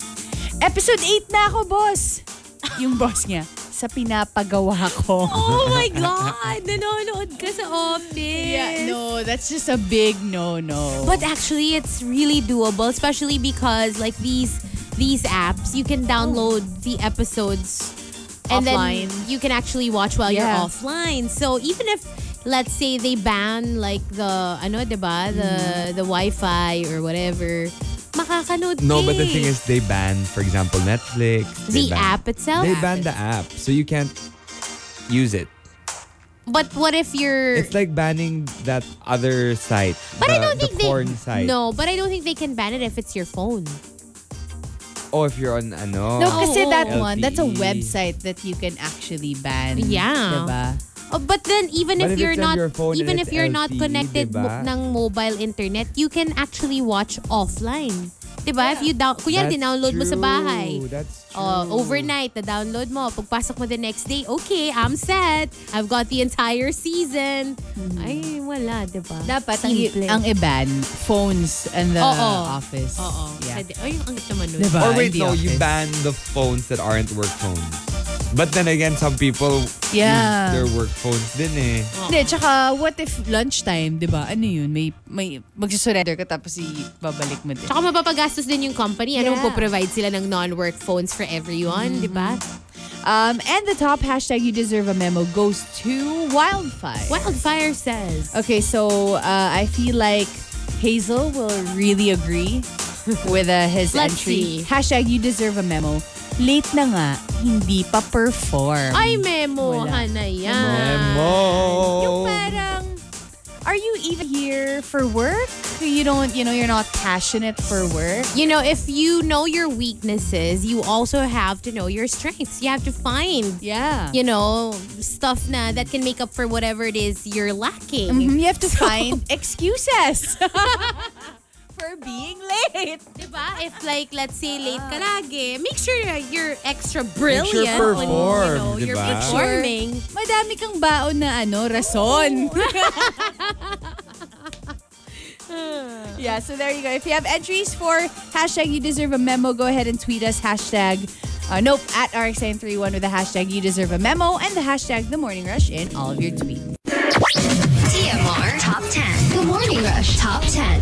[SPEAKER 3] Episode 8 na ako, boss. Yung boss niya, sa pinapagawa [LAUGHS] ko.
[SPEAKER 1] Oh my God! Nanonood ka sa office.
[SPEAKER 3] Yeah, no, that's just a big no-no.
[SPEAKER 1] But actually, it's really doable, especially because like these these apps, you can download the episodes and
[SPEAKER 3] Oh.
[SPEAKER 1] then
[SPEAKER 3] Offline.
[SPEAKER 1] you can actually watch while
[SPEAKER 3] Yeah.
[SPEAKER 1] you're offline. So even if let's say they ban like the ano, 'di ba, the
[SPEAKER 2] Mm.
[SPEAKER 1] the Wi-Fi or whatever, makakanood
[SPEAKER 2] No,
[SPEAKER 1] ka
[SPEAKER 2] but the
[SPEAKER 1] eh.
[SPEAKER 2] thing is, they banned, for example, Netflix. they
[SPEAKER 1] the
[SPEAKER 2] banned-
[SPEAKER 1] app Oh, itself.
[SPEAKER 2] They banned the app, so you can't use it.
[SPEAKER 1] But what if you're
[SPEAKER 2] It's like banning that other site.
[SPEAKER 1] Er. But
[SPEAKER 2] the,
[SPEAKER 1] I don't
[SPEAKER 2] the
[SPEAKER 1] think
[SPEAKER 2] porn
[SPEAKER 1] they
[SPEAKER 2] site.
[SPEAKER 1] No, but I don't think they can ban it if it's your phone.
[SPEAKER 2] Oh, if you're on ano.
[SPEAKER 3] No, kasi
[SPEAKER 1] Oo.
[SPEAKER 3] that one, that's a
[SPEAKER 2] LTE.
[SPEAKER 3] website that you can actually ban.
[SPEAKER 1] Yeah.
[SPEAKER 3] Diba?
[SPEAKER 1] Oh, but then even if,
[SPEAKER 2] But if
[SPEAKER 1] you're
[SPEAKER 2] it's on
[SPEAKER 1] not
[SPEAKER 2] your phone and
[SPEAKER 1] even if
[SPEAKER 2] it's
[SPEAKER 1] you're not
[SPEAKER 2] LTE,
[SPEAKER 1] connected mo-
[SPEAKER 2] diba?
[SPEAKER 1] ng mobile internet, you can actually watch offline. 'Di ba? If you down kuya
[SPEAKER 2] That's
[SPEAKER 1] dinownload mo sa
[SPEAKER 2] true.
[SPEAKER 1] bahay.
[SPEAKER 2] That's true.
[SPEAKER 1] Oh, overnight na download mo. Pagpasok mo the next day, okay, I'm set. I've got the entire season. Ay, wala, 'di ba?
[SPEAKER 3] Hmm. Dapat ang,
[SPEAKER 1] Simple.
[SPEAKER 3] ang i-ban, phones and the
[SPEAKER 1] Oo.
[SPEAKER 3] office.
[SPEAKER 1] Oo.
[SPEAKER 3] Yeah.
[SPEAKER 1] Pwede. Ay, ang ito nun.
[SPEAKER 3] Diba?
[SPEAKER 2] Or Oh, wait,
[SPEAKER 3] In the
[SPEAKER 2] no, you
[SPEAKER 3] office.
[SPEAKER 2] ban the phones that aren't work phones. But then again, some people use
[SPEAKER 3] Yeah.
[SPEAKER 2] their work phones din eh.
[SPEAKER 3] Hindi, tsaka what if lunchtime, di ba? Ano yun? May, may magsusurrender ka tapos ibabalik mo din.
[SPEAKER 1] Tsaka mapapagastos din yung company. Ano,
[SPEAKER 3] Yeah.
[SPEAKER 1] magpo-provide sila ng non-work phones for everyone, di ba?
[SPEAKER 3] Um, and the top hashtag you deserve a memo goes to Wildfire.
[SPEAKER 1] Wildfire says.
[SPEAKER 3] Okay, so uh, I feel like Hazel will really agree with uh, his
[SPEAKER 1] Let's see.
[SPEAKER 3] entry. Hashtag you deserve a memo. Late na nga, hindi pa perform.
[SPEAKER 1] Ay, memohan na yan.
[SPEAKER 3] Yung
[SPEAKER 2] Memo.
[SPEAKER 3] parang, are you even here for work? You don't, you know, you're not passionate for work.
[SPEAKER 1] You know, if you know your weaknesses, you also have to know your strengths. You have to find,
[SPEAKER 3] Yeah.
[SPEAKER 1] you know, stuff na that can make up for whatever it is you're lacking.
[SPEAKER 3] Mhm, You have to [LAUGHS] find excuses [LAUGHS] for being late.
[SPEAKER 1] Diba? If like, let's say late ka lagi, make sure you're extra brilliant
[SPEAKER 2] sure
[SPEAKER 1] when,
[SPEAKER 2] perform,
[SPEAKER 1] you know, you're
[SPEAKER 2] diba?
[SPEAKER 1] performing.
[SPEAKER 3] Madami kang baon na ano, rason. [LAUGHS] yeah, so there you go. If you have entries for hashtag you deserve a memo, go ahead and tweet us hashtag uh, nope at RX931 with the hashtag you deserve a memo and the hashtag the morning rush in all of your tweets.
[SPEAKER 4] TMR Top 10. Good Morning Rush Top 10.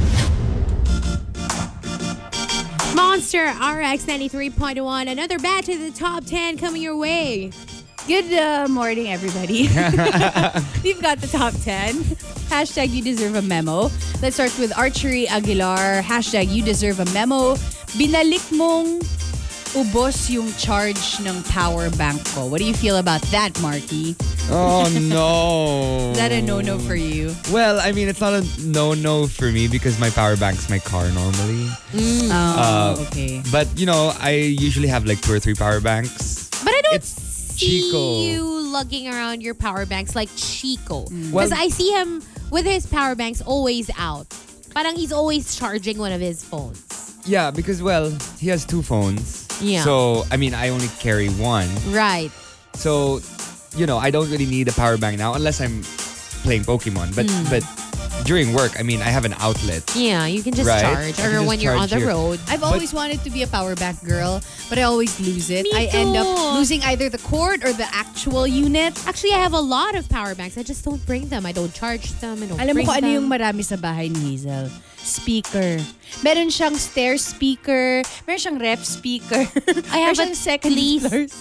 [SPEAKER 1] Monster RX 93.1, another batch of the top 10 coming your way.
[SPEAKER 3] Good uh, morning, everybody. [LAUGHS] We've got the top 10. Hashtag you deserve a memo. Let's start with Archery Aguilar. Hashtag you deserve a memo. Binalik mong ubos yung charge ng power bank ko. What do you feel about that, Marky?
[SPEAKER 2] Oh no.
[SPEAKER 3] Is [LAUGHS] that a no-no for you?
[SPEAKER 2] Well, I mean, it's not a no-no for me because my power bank's my car normally.
[SPEAKER 3] Oh, okay.
[SPEAKER 2] But you know, I usually have like two or three power banks.
[SPEAKER 1] But I don't
[SPEAKER 2] It's
[SPEAKER 1] see
[SPEAKER 2] Chico.
[SPEAKER 1] you lugging around your power banks like Chico.
[SPEAKER 3] Mm.
[SPEAKER 1] Because
[SPEAKER 2] Well-
[SPEAKER 1] I see him with his power banks always out. Parang he's always charging one of his phones.
[SPEAKER 2] Yeah, because well, he has two phones.
[SPEAKER 1] Yeah.
[SPEAKER 2] So I mean, I only carry one.
[SPEAKER 1] Right.
[SPEAKER 2] So, you know, I don't really need a power bank now unless I'm playing Pokemon. But
[SPEAKER 1] Hmm.
[SPEAKER 2] but during work, I mean, I have an outlet.
[SPEAKER 1] Yeah, you can just
[SPEAKER 2] Right.
[SPEAKER 1] charge.
[SPEAKER 2] I can
[SPEAKER 1] Or
[SPEAKER 2] just
[SPEAKER 1] when you're on
[SPEAKER 2] charge
[SPEAKER 1] the
[SPEAKER 2] here.
[SPEAKER 1] road.
[SPEAKER 3] I've always wanted to be a power bank girl, but I always lose it.
[SPEAKER 1] Me
[SPEAKER 3] I end up
[SPEAKER 1] too.
[SPEAKER 3] losing either the cord or the actual unit.
[SPEAKER 1] Actually, I have a lot of power banks. I just don't bring them. I don't charge them. I don't
[SPEAKER 3] Alam mo
[SPEAKER 1] bring
[SPEAKER 3] kung ano
[SPEAKER 1] them.
[SPEAKER 3] yung marami sa bahay ni Hazel? Speaker. Meron siyang stair speaker. Meron siyang ref speaker.
[SPEAKER 1] I have at
[SPEAKER 3] meron siyang second
[SPEAKER 1] least-
[SPEAKER 3] floors.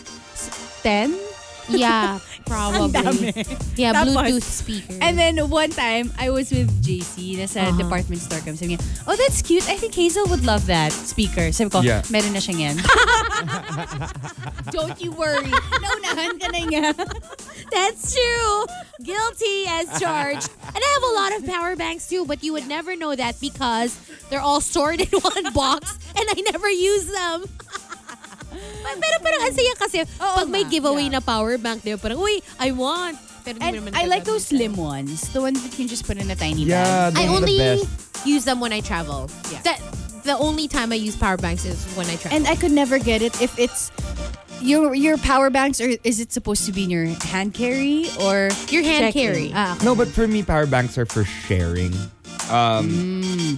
[SPEAKER 3] Ten? [LAUGHS]
[SPEAKER 1] Yeah,
[SPEAKER 3] dami.
[SPEAKER 1] probably. yeah,
[SPEAKER 3] Tapos,
[SPEAKER 1] Bluetooth speaker.
[SPEAKER 3] And then one time, I was with JC. Nasa
[SPEAKER 1] Uh-huh.
[SPEAKER 3] department store kami. Sabi niya, oh, that's cute. I think Hazel would love that speaker. Sabi ko,
[SPEAKER 2] Yeah.
[SPEAKER 3] meron na siyang
[SPEAKER 1] [LAUGHS]
[SPEAKER 3] yan. Don't you worry. Naunahan ka na niya.
[SPEAKER 1] That's true. Guilty as charged. And I have a lot of power banks too, but you would never know that because they're all stored in [LAUGHS] one box and I never use them. [LAUGHS] Pa- Pero parang ang saya kasi pag may
[SPEAKER 3] nga,
[SPEAKER 1] giveaway na
[SPEAKER 3] yeah.
[SPEAKER 1] power bank, di ba? Parang, uy, I want. Pero di mo
[SPEAKER 3] And
[SPEAKER 1] naman
[SPEAKER 3] I like
[SPEAKER 1] gagamit.
[SPEAKER 3] those slim ones. The ones that you can just put in a tiny
[SPEAKER 2] Yeah,
[SPEAKER 3] bag.
[SPEAKER 1] I
[SPEAKER 2] those are
[SPEAKER 1] only
[SPEAKER 2] the best.
[SPEAKER 1] use them when I travel.
[SPEAKER 3] Yeah.
[SPEAKER 1] That the only time I use power banks is when I travel.
[SPEAKER 3] And I could never get it if it's your your power banks or is it supposed to be in your hand carry or
[SPEAKER 1] Your hand
[SPEAKER 3] check-in?
[SPEAKER 1] carry.
[SPEAKER 3] Ah, okay.
[SPEAKER 2] No, but for me, power banks are for sharing.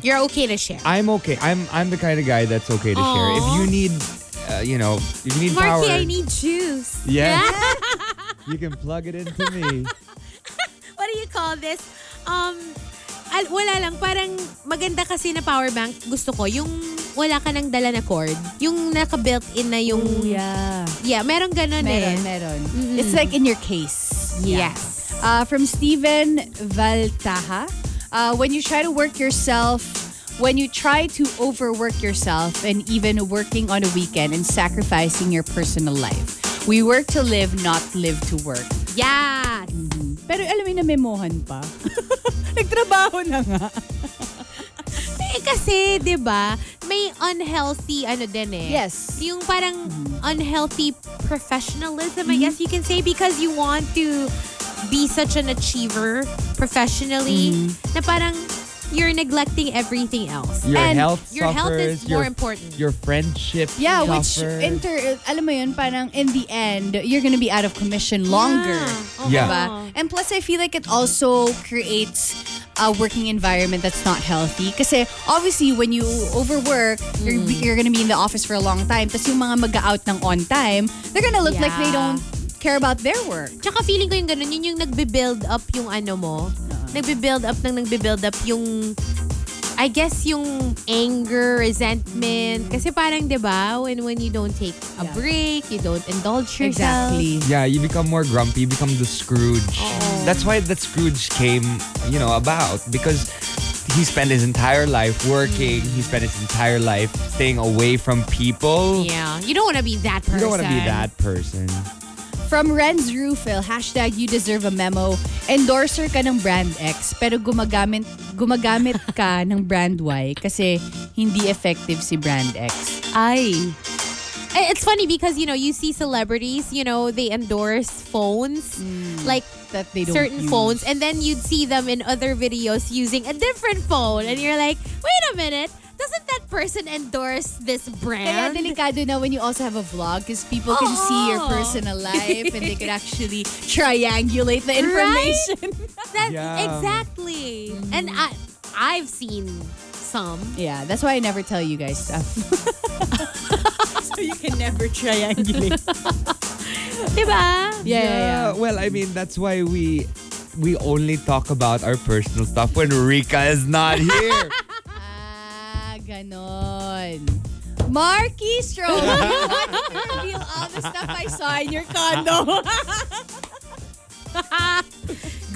[SPEAKER 1] You're okay to share.
[SPEAKER 2] I'm okay. I'm I'm the kind of guy that's okay to share. If
[SPEAKER 1] Aw.
[SPEAKER 2] you need, uh, you know, if you need power,
[SPEAKER 1] Marky, I need juice.
[SPEAKER 2] yes, [LAUGHS] you can plug it into
[SPEAKER 1] [LAUGHS]
[SPEAKER 2] me.
[SPEAKER 1] what do you call this? Um, al- wala lang, parang maganda kasi na power bank. Gusto ko, yung wala ka ng dala na cord. Yung naka-built-in na yung...
[SPEAKER 3] Ooh, Oh, yeah.
[SPEAKER 1] Yeah, meron ganun eh.
[SPEAKER 3] Meron, meron. It's like in your case. Yeah.
[SPEAKER 1] Yes.
[SPEAKER 3] Uh, from Steven Valtaha. Uh, when you try to work yourself, when you try to overwork yourself and even working on a weekend and sacrificing your personal life. We work to live, not live to work.
[SPEAKER 1] Yes.
[SPEAKER 3] Pero alam mo, namemohan pa. [LAUGHS] Nagtrabaho na nga.
[SPEAKER 1] Eh kasi, 'di ba, may unhealthy ano din eh.
[SPEAKER 3] Yes. Mm-hmm.
[SPEAKER 1] Yung parang unhealthy professionalism, I guess you can say because you want to be such an achiever professionally
[SPEAKER 3] Mm-hmm.
[SPEAKER 1] na parang you're neglecting everything else.
[SPEAKER 2] Your
[SPEAKER 3] And
[SPEAKER 2] health
[SPEAKER 1] your health is
[SPEAKER 2] suffers,
[SPEAKER 1] more
[SPEAKER 2] your-
[SPEAKER 1] important.
[SPEAKER 2] Your friendship
[SPEAKER 3] Yeah, which
[SPEAKER 2] suffers.
[SPEAKER 3] inter alam mo yun parang in the end you're gonna be out of commission longer.
[SPEAKER 1] Yeah.
[SPEAKER 2] Yeah.
[SPEAKER 3] Diba?
[SPEAKER 1] Oo.
[SPEAKER 3] And plus I feel like it also creates a working environment that's not healthy kasi obviously when you overwork you're, you're gonna be in the office for a long time tapos yung mga mag-out ng on time they're gonna look like they
[SPEAKER 1] Yeah.
[SPEAKER 3] don't care about their work.
[SPEAKER 1] Tsaka feeling ko yung ganun, yun yung nagbe-build up yung ano mo. Nagbe-build up ng nagbe-build up yung, I guess yung anger, resentment. Kasi parang, di ba, when, when you don't take a
[SPEAKER 3] Yeah.
[SPEAKER 1] break, you don't indulge yourself.
[SPEAKER 3] Exactly.
[SPEAKER 2] Yeah, you become more grumpy, you
[SPEAKER 1] Oh.
[SPEAKER 2] become the Scrooge. That's why that Scrooge came, you know, about because he spent his entire life working.
[SPEAKER 1] Mm.
[SPEAKER 2] He spent his entire life staying away from people.
[SPEAKER 1] Yeah. You don't want to be that person.
[SPEAKER 2] You don't want to be that person.
[SPEAKER 3] From Renz Rufil, hashtag you deserve a memo. Endorser ka ng brand X pero gumagamit, gumagamit [LAUGHS] ka ng brand Y kasi hindi effective si brand X.
[SPEAKER 1] Ay. Eh, It's funny because, you know, you see celebrities, you know, they endorse phones. Like,
[SPEAKER 3] That they don't
[SPEAKER 1] certain
[SPEAKER 3] use.
[SPEAKER 1] phones. And then you'd see them in other videos using a different phone. And you're like, wait a minute. Doesn't that person endorse this
[SPEAKER 3] Kaya
[SPEAKER 1] brand? [LAUGHS]
[SPEAKER 3] delikado na when you also have a vlog because people
[SPEAKER 1] Oo.
[SPEAKER 3] can see your personal [LAUGHS] life and they can actually triangulate
[SPEAKER 1] [LAUGHS]
[SPEAKER 3] the information. Mm-hmm.
[SPEAKER 1] That's
[SPEAKER 2] Yeah.
[SPEAKER 1] exactly. And I, I've seen some.
[SPEAKER 3] Yeah, that's why I never tell you guys stuff. [LAUGHS] so you can never triangulate.
[SPEAKER 1] Diba?
[SPEAKER 3] Yeah, yeah, yeah.
[SPEAKER 2] Uh, Well, I mean, that's why we we only talk about our personal stuff when Rika is
[SPEAKER 1] [LAUGHS]
[SPEAKER 2] not here.
[SPEAKER 3] Ah, ganon. Marky
[SPEAKER 2] [LAUGHS]
[SPEAKER 3] Strode, you want me to reveal all the stuff I saw in your
[SPEAKER 2] [LAUGHS]
[SPEAKER 3] condo.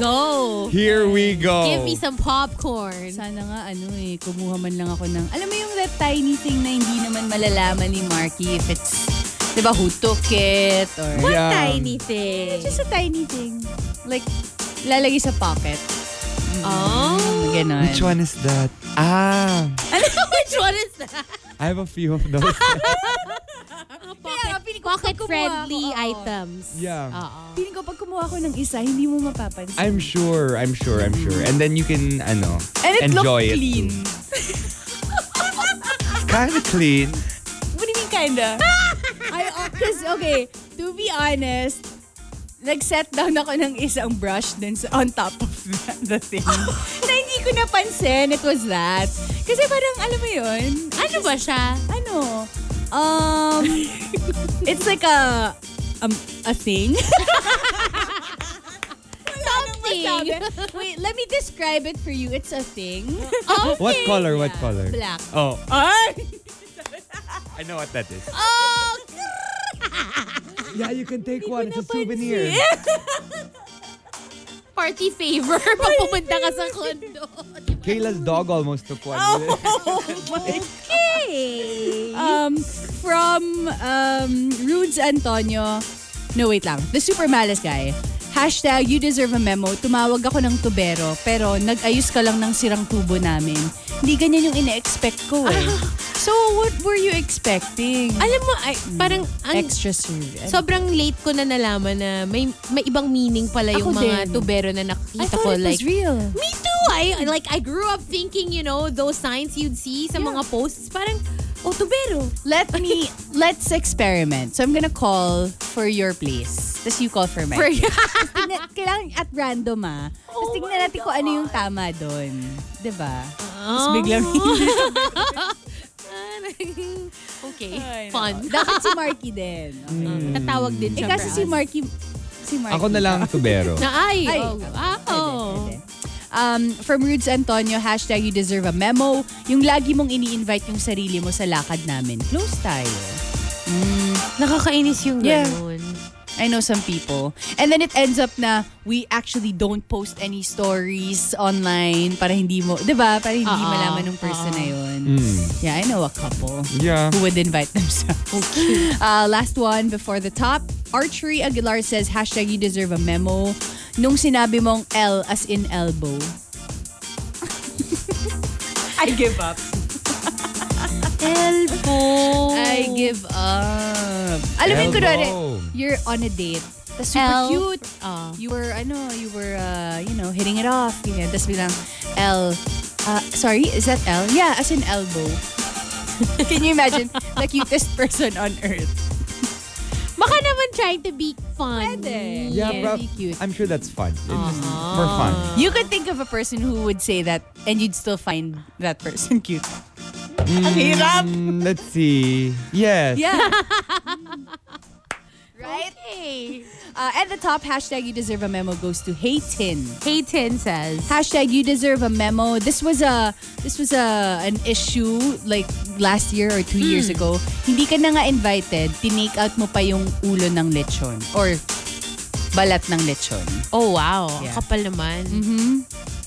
[SPEAKER 1] Go.
[SPEAKER 2] here we go.
[SPEAKER 1] Give me some popcorn.
[SPEAKER 3] Sana nga ano eh, kumuha man lang ako ng, alam mo yung that tiny thing na hindi naman malalaman ni Marky if it's, di ba, who took it or...
[SPEAKER 1] What
[SPEAKER 2] Yeah.
[SPEAKER 1] tiny thing?
[SPEAKER 3] Just a tiny thing. Like, lalagay sa pocket. Mm.
[SPEAKER 1] Oh. [LAUGHS]
[SPEAKER 3] Ganon.
[SPEAKER 2] Which one is that? Ah,
[SPEAKER 1] Which one is that?
[SPEAKER 2] I have a few of
[SPEAKER 1] [LAUGHS]
[SPEAKER 2] those.
[SPEAKER 1] Pocket,
[SPEAKER 3] piling ko
[SPEAKER 1] pocket
[SPEAKER 3] pag kumuha
[SPEAKER 1] friendly
[SPEAKER 3] ako, oo.
[SPEAKER 1] items.
[SPEAKER 2] Yeah.
[SPEAKER 1] Oo.
[SPEAKER 3] Feeling ko pag kumuha ko ng isa, hindi mo mapapansin.
[SPEAKER 2] I'm sure, I'm sure, I'm sure. And then you can, ano,
[SPEAKER 3] And it
[SPEAKER 2] enjoy
[SPEAKER 3] looked
[SPEAKER 2] it.
[SPEAKER 3] clean.
[SPEAKER 2] Kind of clean.
[SPEAKER 3] What do you mean kinda? [LAUGHS] I, ah, cause, okay, to be honest, nag-set down ako ng isang brush dun sa, on top of [LAUGHS] the, the thing. na hindi ko napansin, it was that. Kasi parang, alam mo yun,
[SPEAKER 1] Ano ba siya?
[SPEAKER 3] ano, [LAUGHS] um, it's like a, um, a [LAUGHS] thing.
[SPEAKER 1] Something.
[SPEAKER 3] Wait, let me describe it for you. It's a [LAUGHS] thing.
[SPEAKER 1] Okay.
[SPEAKER 2] What color? What color?
[SPEAKER 3] Black.
[SPEAKER 2] Oh,
[SPEAKER 3] Ay!
[SPEAKER 2] I know what that is.
[SPEAKER 1] [LAUGHS] Oh,
[SPEAKER 2] Yeah, you can take one. It's a
[SPEAKER 3] napansin.
[SPEAKER 2] souvenir.
[SPEAKER 3] [LAUGHS]
[SPEAKER 1] party favor. [LAUGHS] Papupunta ka sa condo.
[SPEAKER 2] Kayla's dog almost took one. Oh.
[SPEAKER 3] [LAUGHS]
[SPEAKER 1] Okay.
[SPEAKER 3] um, from um, Rudes Antonio. No, wait lang. The Super Malice guy. Hashtag, you deserve a memo. Tumawag ako ng tubero, pero nag-ayos ka lang ng sirang tubo namin. Hindi ganyan yung ine-expect ko eh. so, what were you expecting?
[SPEAKER 1] Alam mo, ay, parang ang,
[SPEAKER 3] Extra service.
[SPEAKER 1] sobrang late ko na nalaman na may, may ibang meaning pala yung
[SPEAKER 3] Ako
[SPEAKER 1] mga
[SPEAKER 3] din.
[SPEAKER 1] tubero na nakikita
[SPEAKER 3] I thought
[SPEAKER 1] ko.
[SPEAKER 3] it
[SPEAKER 1] like,
[SPEAKER 3] was real.
[SPEAKER 1] Me too. I like I grew up thinking, you know, those signs you'd see sa mga posts, parang oh, tubero.
[SPEAKER 3] Let me, let's experiment. So, I'm gonna call for your place. Tapos you call for mine.
[SPEAKER 1] For
[SPEAKER 3] Tingnan- kailangan at random ah. Tapos
[SPEAKER 1] Oh
[SPEAKER 3] tingnan
[SPEAKER 1] my
[SPEAKER 3] natin kung ano yung tama Diba? doon. 'Di ba? Tapos
[SPEAKER 1] Oh.
[SPEAKER 3] biglang
[SPEAKER 1] [LAUGHS] okay,
[SPEAKER 3] Ay, no.
[SPEAKER 1] fun.
[SPEAKER 3] [LAUGHS] Dapat si Marky din. Okay.
[SPEAKER 1] Tatawag din
[SPEAKER 3] Eh
[SPEAKER 1] siya.
[SPEAKER 3] kasi
[SPEAKER 1] for
[SPEAKER 3] si
[SPEAKER 1] us.
[SPEAKER 3] Marky, si Marky.
[SPEAKER 2] Mm, Ako na lang tubero.
[SPEAKER 1] Na ay.
[SPEAKER 3] Ay,
[SPEAKER 1] oh, wow.
[SPEAKER 3] Pwede, pwede. Um, from Rudes Antonio, hashtag you deserve a memo. Yung lagi mong ini-invite yung sarili mo sa lakad namin. Close tayo.
[SPEAKER 1] Nakakainis yung
[SPEAKER 3] Yeah.
[SPEAKER 1] ganun.
[SPEAKER 3] I know some people. And then it ends up na we actually don't post any stories online para hindi mo, di ba? Para hindi
[SPEAKER 1] Oo.
[SPEAKER 3] malaman ng person na
[SPEAKER 2] Ah.
[SPEAKER 3] yun.
[SPEAKER 2] Hmm.
[SPEAKER 3] Yeah, I know a couple.
[SPEAKER 2] Yeah.
[SPEAKER 3] who would invite [LAUGHS] themselves. Uh, last one before the top. Archery Aguilar says, hashtag you deserve a memo. Nung sinabi mong L as in elbow. I give up.
[SPEAKER 1] Elbo.
[SPEAKER 3] I give up. Alam mo yung
[SPEAKER 2] Elbow.
[SPEAKER 3] kunwari, eh, you're on a date. Tapos super
[SPEAKER 1] L.
[SPEAKER 3] cute.
[SPEAKER 1] Ah.
[SPEAKER 3] You were, ano, you were, uh, you know, hitting it off. Ganyan. Tapos bilang, L. Uh, sorry, is that L? Yeah, as in elbow. [LAUGHS] Can you imagine the cutest person on earth?
[SPEAKER 1] Baka naman trying to be fun.
[SPEAKER 2] Yeah,
[SPEAKER 3] Pwede. Yeah,
[SPEAKER 2] bro.
[SPEAKER 3] really cute.
[SPEAKER 2] I'm sure that's fun. It's just for fun.
[SPEAKER 3] You could think of a person who would say that and you'd still find that person [LAUGHS] cute. Ang hirap.
[SPEAKER 2] Mm, let's see. Yes.
[SPEAKER 3] Yeah.
[SPEAKER 1] Right? Okay.
[SPEAKER 3] [LAUGHS] Uh, at the top, hashtag you deserve a memo goes to Haytin.
[SPEAKER 1] Hayden says.
[SPEAKER 3] Hashtag you deserve a memo. This was a this was a an issue like last year or two years ago. Hindi ka na nga invited, tinake out mo pa yung ulo ng lechon or balat ng lechon.
[SPEAKER 1] Oh, wow. Ang
[SPEAKER 3] Yeah. Mm-hmm.
[SPEAKER 1] Kapal naman.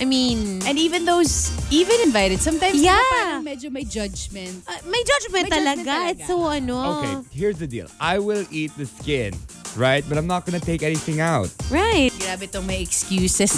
[SPEAKER 1] I mean,
[SPEAKER 3] And even those, even invited, sometimes
[SPEAKER 1] Yeah.
[SPEAKER 3] diba parang medyo may judgment.
[SPEAKER 1] uh, may judgment
[SPEAKER 3] May judgment
[SPEAKER 1] talaga.
[SPEAKER 3] talaga.
[SPEAKER 1] It's so ano.
[SPEAKER 2] Okay, here's the deal. I will eat the skin, right? But I'm not gonna take anything out.
[SPEAKER 1] Right.
[SPEAKER 3] Grabe tong may excuses.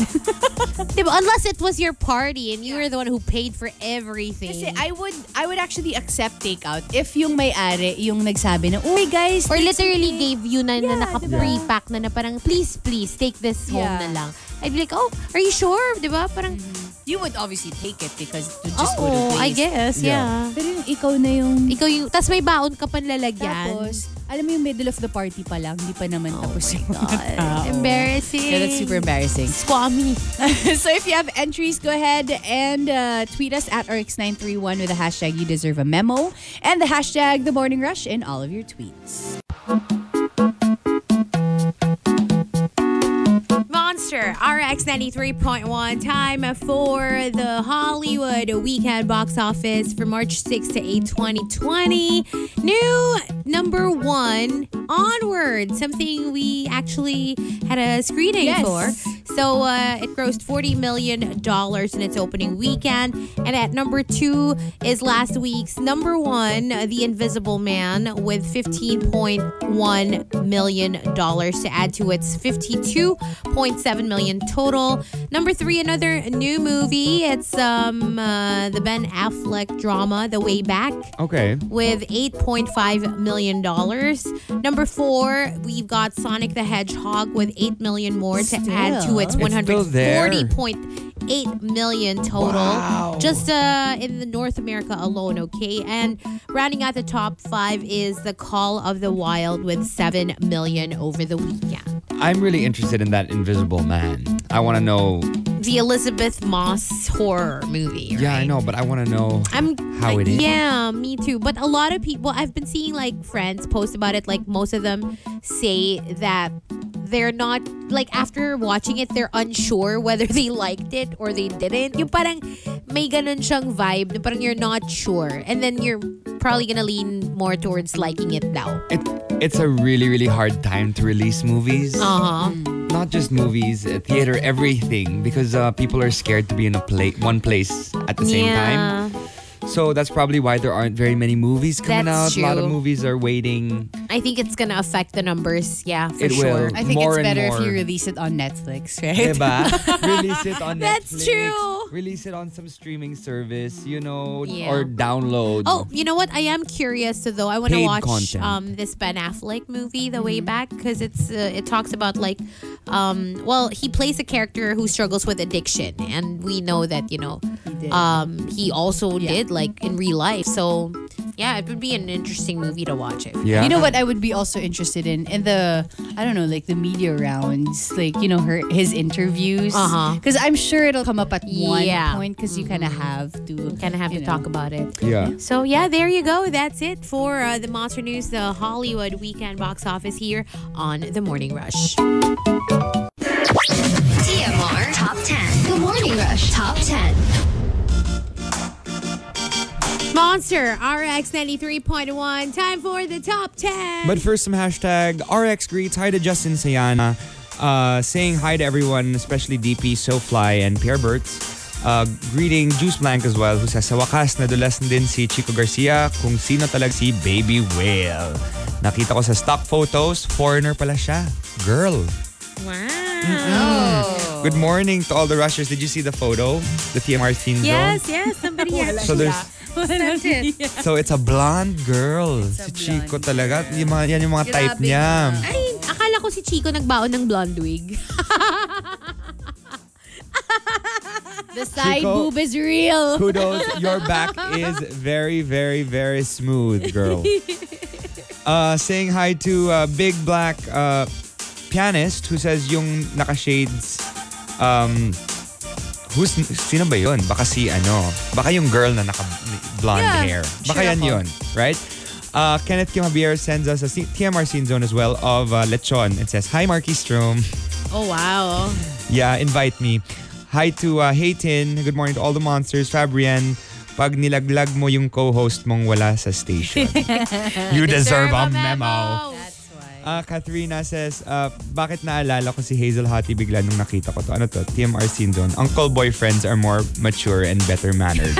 [SPEAKER 1] Diba? Unless it was your party and you were the one who paid for everything.
[SPEAKER 3] Kasi I would I would actually accept takeout if yung may-ari yung nagsabi na, "Uy guys,
[SPEAKER 1] Or
[SPEAKER 3] take
[SPEAKER 1] literally
[SPEAKER 3] something."
[SPEAKER 1] gave you na,
[SPEAKER 3] Yeah,
[SPEAKER 1] na naka-pre-pack na na parang, please, please, take this home
[SPEAKER 3] Yeah.
[SPEAKER 1] na lang. I'd be like, oh, are you sure? Diba? Parang,
[SPEAKER 3] you would obviously take it because it would just go to
[SPEAKER 1] oh,
[SPEAKER 3] waste.
[SPEAKER 1] I guess, yeah.
[SPEAKER 2] Yeah.
[SPEAKER 3] Pero yung ikaw na yung
[SPEAKER 1] Ikaw yung, tas may baon ka pang lalagyan.
[SPEAKER 3] tapos, alam mo yung middle of the party pa lang, hindi pa naman
[SPEAKER 1] oh my
[SPEAKER 3] tapos yung
[SPEAKER 1] God.
[SPEAKER 3] mga tao.
[SPEAKER 1] Embarrassing.
[SPEAKER 3] [LAUGHS] Yeah, that's super embarrassing. [LAUGHS]
[SPEAKER 1] Squammy.
[SPEAKER 3] so if you have entries, go ahead and uh, tweet us at RX931 with the hashtag you deserve a memo and the hashtag the morning rush in all of your tweets.
[SPEAKER 1] Monster RX 93.1 time for the Hollywood weekend box office for March 6 to 8, 2020. New number one, Onward, something we actually had a screening
[SPEAKER 3] Yes.
[SPEAKER 1] for. So uh, it grossed $40 million in its opening weekend. And at number two is last week's number one, The Invisible Man, with $15.1 million to add to its $52.7 million total. Number three, another new movie. It's um, uh, the Ben Affleck drama, The Way Back
[SPEAKER 2] Okay.
[SPEAKER 1] with $8.5 million. Number four, we've got Sonic the Hedgehog with $8 million more to
[SPEAKER 3] Still.
[SPEAKER 1] add to its
[SPEAKER 3] It's
[SPEAKER 2] still there.
[SPEAKER 1] 140.8 million total.
[SPEAKER 2] Wow.
[SPEAKER 1] Just uh, in the North America alone, okay? And rounding out the top five is The Call of the Wild with $7 million over the weekend.
[SPEAKER 2] I'm really interested in that Invisible Man. I want to know.
[SPEAKER 1] The Elizabeth Moss horror movie, right?
[SPEAKER 2] Yeah, I know, but I want to know
[SPEAKER 1] I'm
[SPEAKER 2] how it is.
[SPEAKER 1] Yeah, me too. But a lot of people I've been seeing like friends post about it. Like most of them say that they're not like after watching it, they're unsure whether they liked it or they didn't. Yung parang may ganun siyang vibe na parang you're not sure, and then you're probably gonna lean more towards liking it now.
[SPEAKER 2] It, it's a really, really hard time to release movies.
[SPEAKER 1] Uh huh.
[SPEAKER 2] Not just movies, uh, theater, everything, because uh, people are scared to be in a pla- one place at the same time.
[SPEAKER 1] Yeah,
[SPEAKER 2] So that's probably why there aren't very many movies coming
[SPEAKER 1] That's
[SPEAKER 2] out. A lot
[SPEAKER 1] true.
[SPEAKER 2] of movies
[SPEAKER 1] [LAUGHS]
[SPEAKER 2] are waiting.
[SPEAKER 1] I think it's gonna affect the numbers. Yeah, for
[SPEAKER 2] It
[SPEAKER 1] sure.
[SPEAKER 2] will.
[SPEAKER 3] I think
[SPEAKER 2] More
[SPEAKER 3] it's
[SPEAKER 2] and
[SPEAKER 3] better if
[SPEAKER 2] more.
[SPEAKER 3] you release it on Netflix, right?
[SPEAKER 1] [LAUGHS]
[SPEAKER 2] Diba? Release it on
[SPEAKER 1] That's
[SPEAKER 2] Netflix.
[SPEAKER 1] true.
[SPEAKER 2] Release it on some streaming service, you know,
[SPEAKER 1] Yeah.
[SPEAKER 2] or download.
[SPEAKER 1] Oh, you know what? I am curious so though. I want to
[SPEAKER 2] Paid
[SPEAKER 1] watch
[SPEAKER 2] content. Mm-hmm.
[SPEAKER 1] um this Ben Affleck movie, The Way Back, because it's uh, it talks about like um well he plays a character who struggles with addiction, and we know that you know
[SPEAKER 3] did.
[SPEAKER 1] um he also
[SPEAKER 3] Yeah.
[SPEAKER 1] did like in real life. So yeah, it would be an interesting movie to watch. It.
[SPEAKER 2] Yeah.
[SPEAKER 3] You know what I would be also interested in in the I don't know like the media rounds like you know her his interviews
[SPEAKER 1] Uh-huh.
[SPEAKER 3] because I'm sure it'll come up at
[SPEAKER 1] Yeah.
[SPEAKER 3] one point because you kind of
[SPEAKER 2] Mm-hmm.
[SPEAKER 3] have to
[SPEAKER 1] Kind of have
[SPEAKER 3] you
[SPEAKER 1] to
[SPEAKER 3] know.
[SPEAKER 1] talk about it.
[SPEAKER 2] Yeah.
[SPEAKER 1] So yeah, there you go. That's it for uh, the Monster News, the Hollywood weekend box office here on the Morning Rush.
[SPEAKER 4] TMR Top 10. The Morning Rush Top 10.
[SPEAKER 1] Monster RX 93.1. Time for the top 10.
[SPEAKER 2] But first, some hashtag RX greets. Hi to Justin Sayana. Uh, saying hi to everyone, especially DP, SoFly, and Pierre Berts. Uh, greeting Juice Blank as well, who says, Sa wakas, nadulas na din si Chico Garcia kung sino talaga si Baby Whale. Nakita ko sa stock photos, foreigner pala siya. Girl.
[SPEAKER 1] wow.
[SPEAKER 2] Good morning to all the rushers. Did you see the photo? The TMR scene zone?
[SPEAKER 1] Yes, yes,
[SPEAKER 2] [LAUGHS]
[SPEAKER 1] somebody has
[SPEAKER 2] So there's
[SPEAKER 1] sent it.
[SPEAKER 2] so it's a blonde girl. si Chico talaga. Yung mga, yan yung mga type niya.
[SPEAKER 1] Ay, akala ko si Chico nagbaon ng blonde wig. [LAUGHS]
[SPEAKER 3] The side
[SPEAKER 2] Chico.
[SPEAKER 3] boob is [LAUGHS] real.
[SPEAKER 2] Kudos, your back
[SPEAKER 3] [LAUGHS]
[SPEAKER 2] is very, very, very smooth, girl. Uh, saying hi to uh, Big Black uh, Pianist who says yung naka-shades um, Who's, sino ba yun? Baka si ano, baka yung girl na naka-blonde
[SPEAKER 3] Yeah,
[SPEAKER 2] hair. Baka
[SPEAKER 3] sure
[SPEAKER 2] yan
[SPEAKER 3] ako.
[SPEAKER 2] yun, right? Uh, Kenneth Kim Javier sends us a C- TMR scene zone as well of uh, Lechon. It says, Hi, Marky Strom.
[SPEAKER 1] Oh, wow.
[SPEAKER 2] Yeah, invite me. Hi to uh, Haytin. Good morning to all the monsters. Fabrian, pag nilaglag mo [LAUGHS] yung co-host mong wala sa station. you deserve, a, memo.
[SPEAKER 3] That's why.
[SPEAKER 2] Ah, Kathrina says, ah, bakit naalala ko si Hazel Hottie bigla nung nakita ko to? Ano to? TMR scene doon. Uncle boyfriends are more mature and better [LAUGHS] mannered.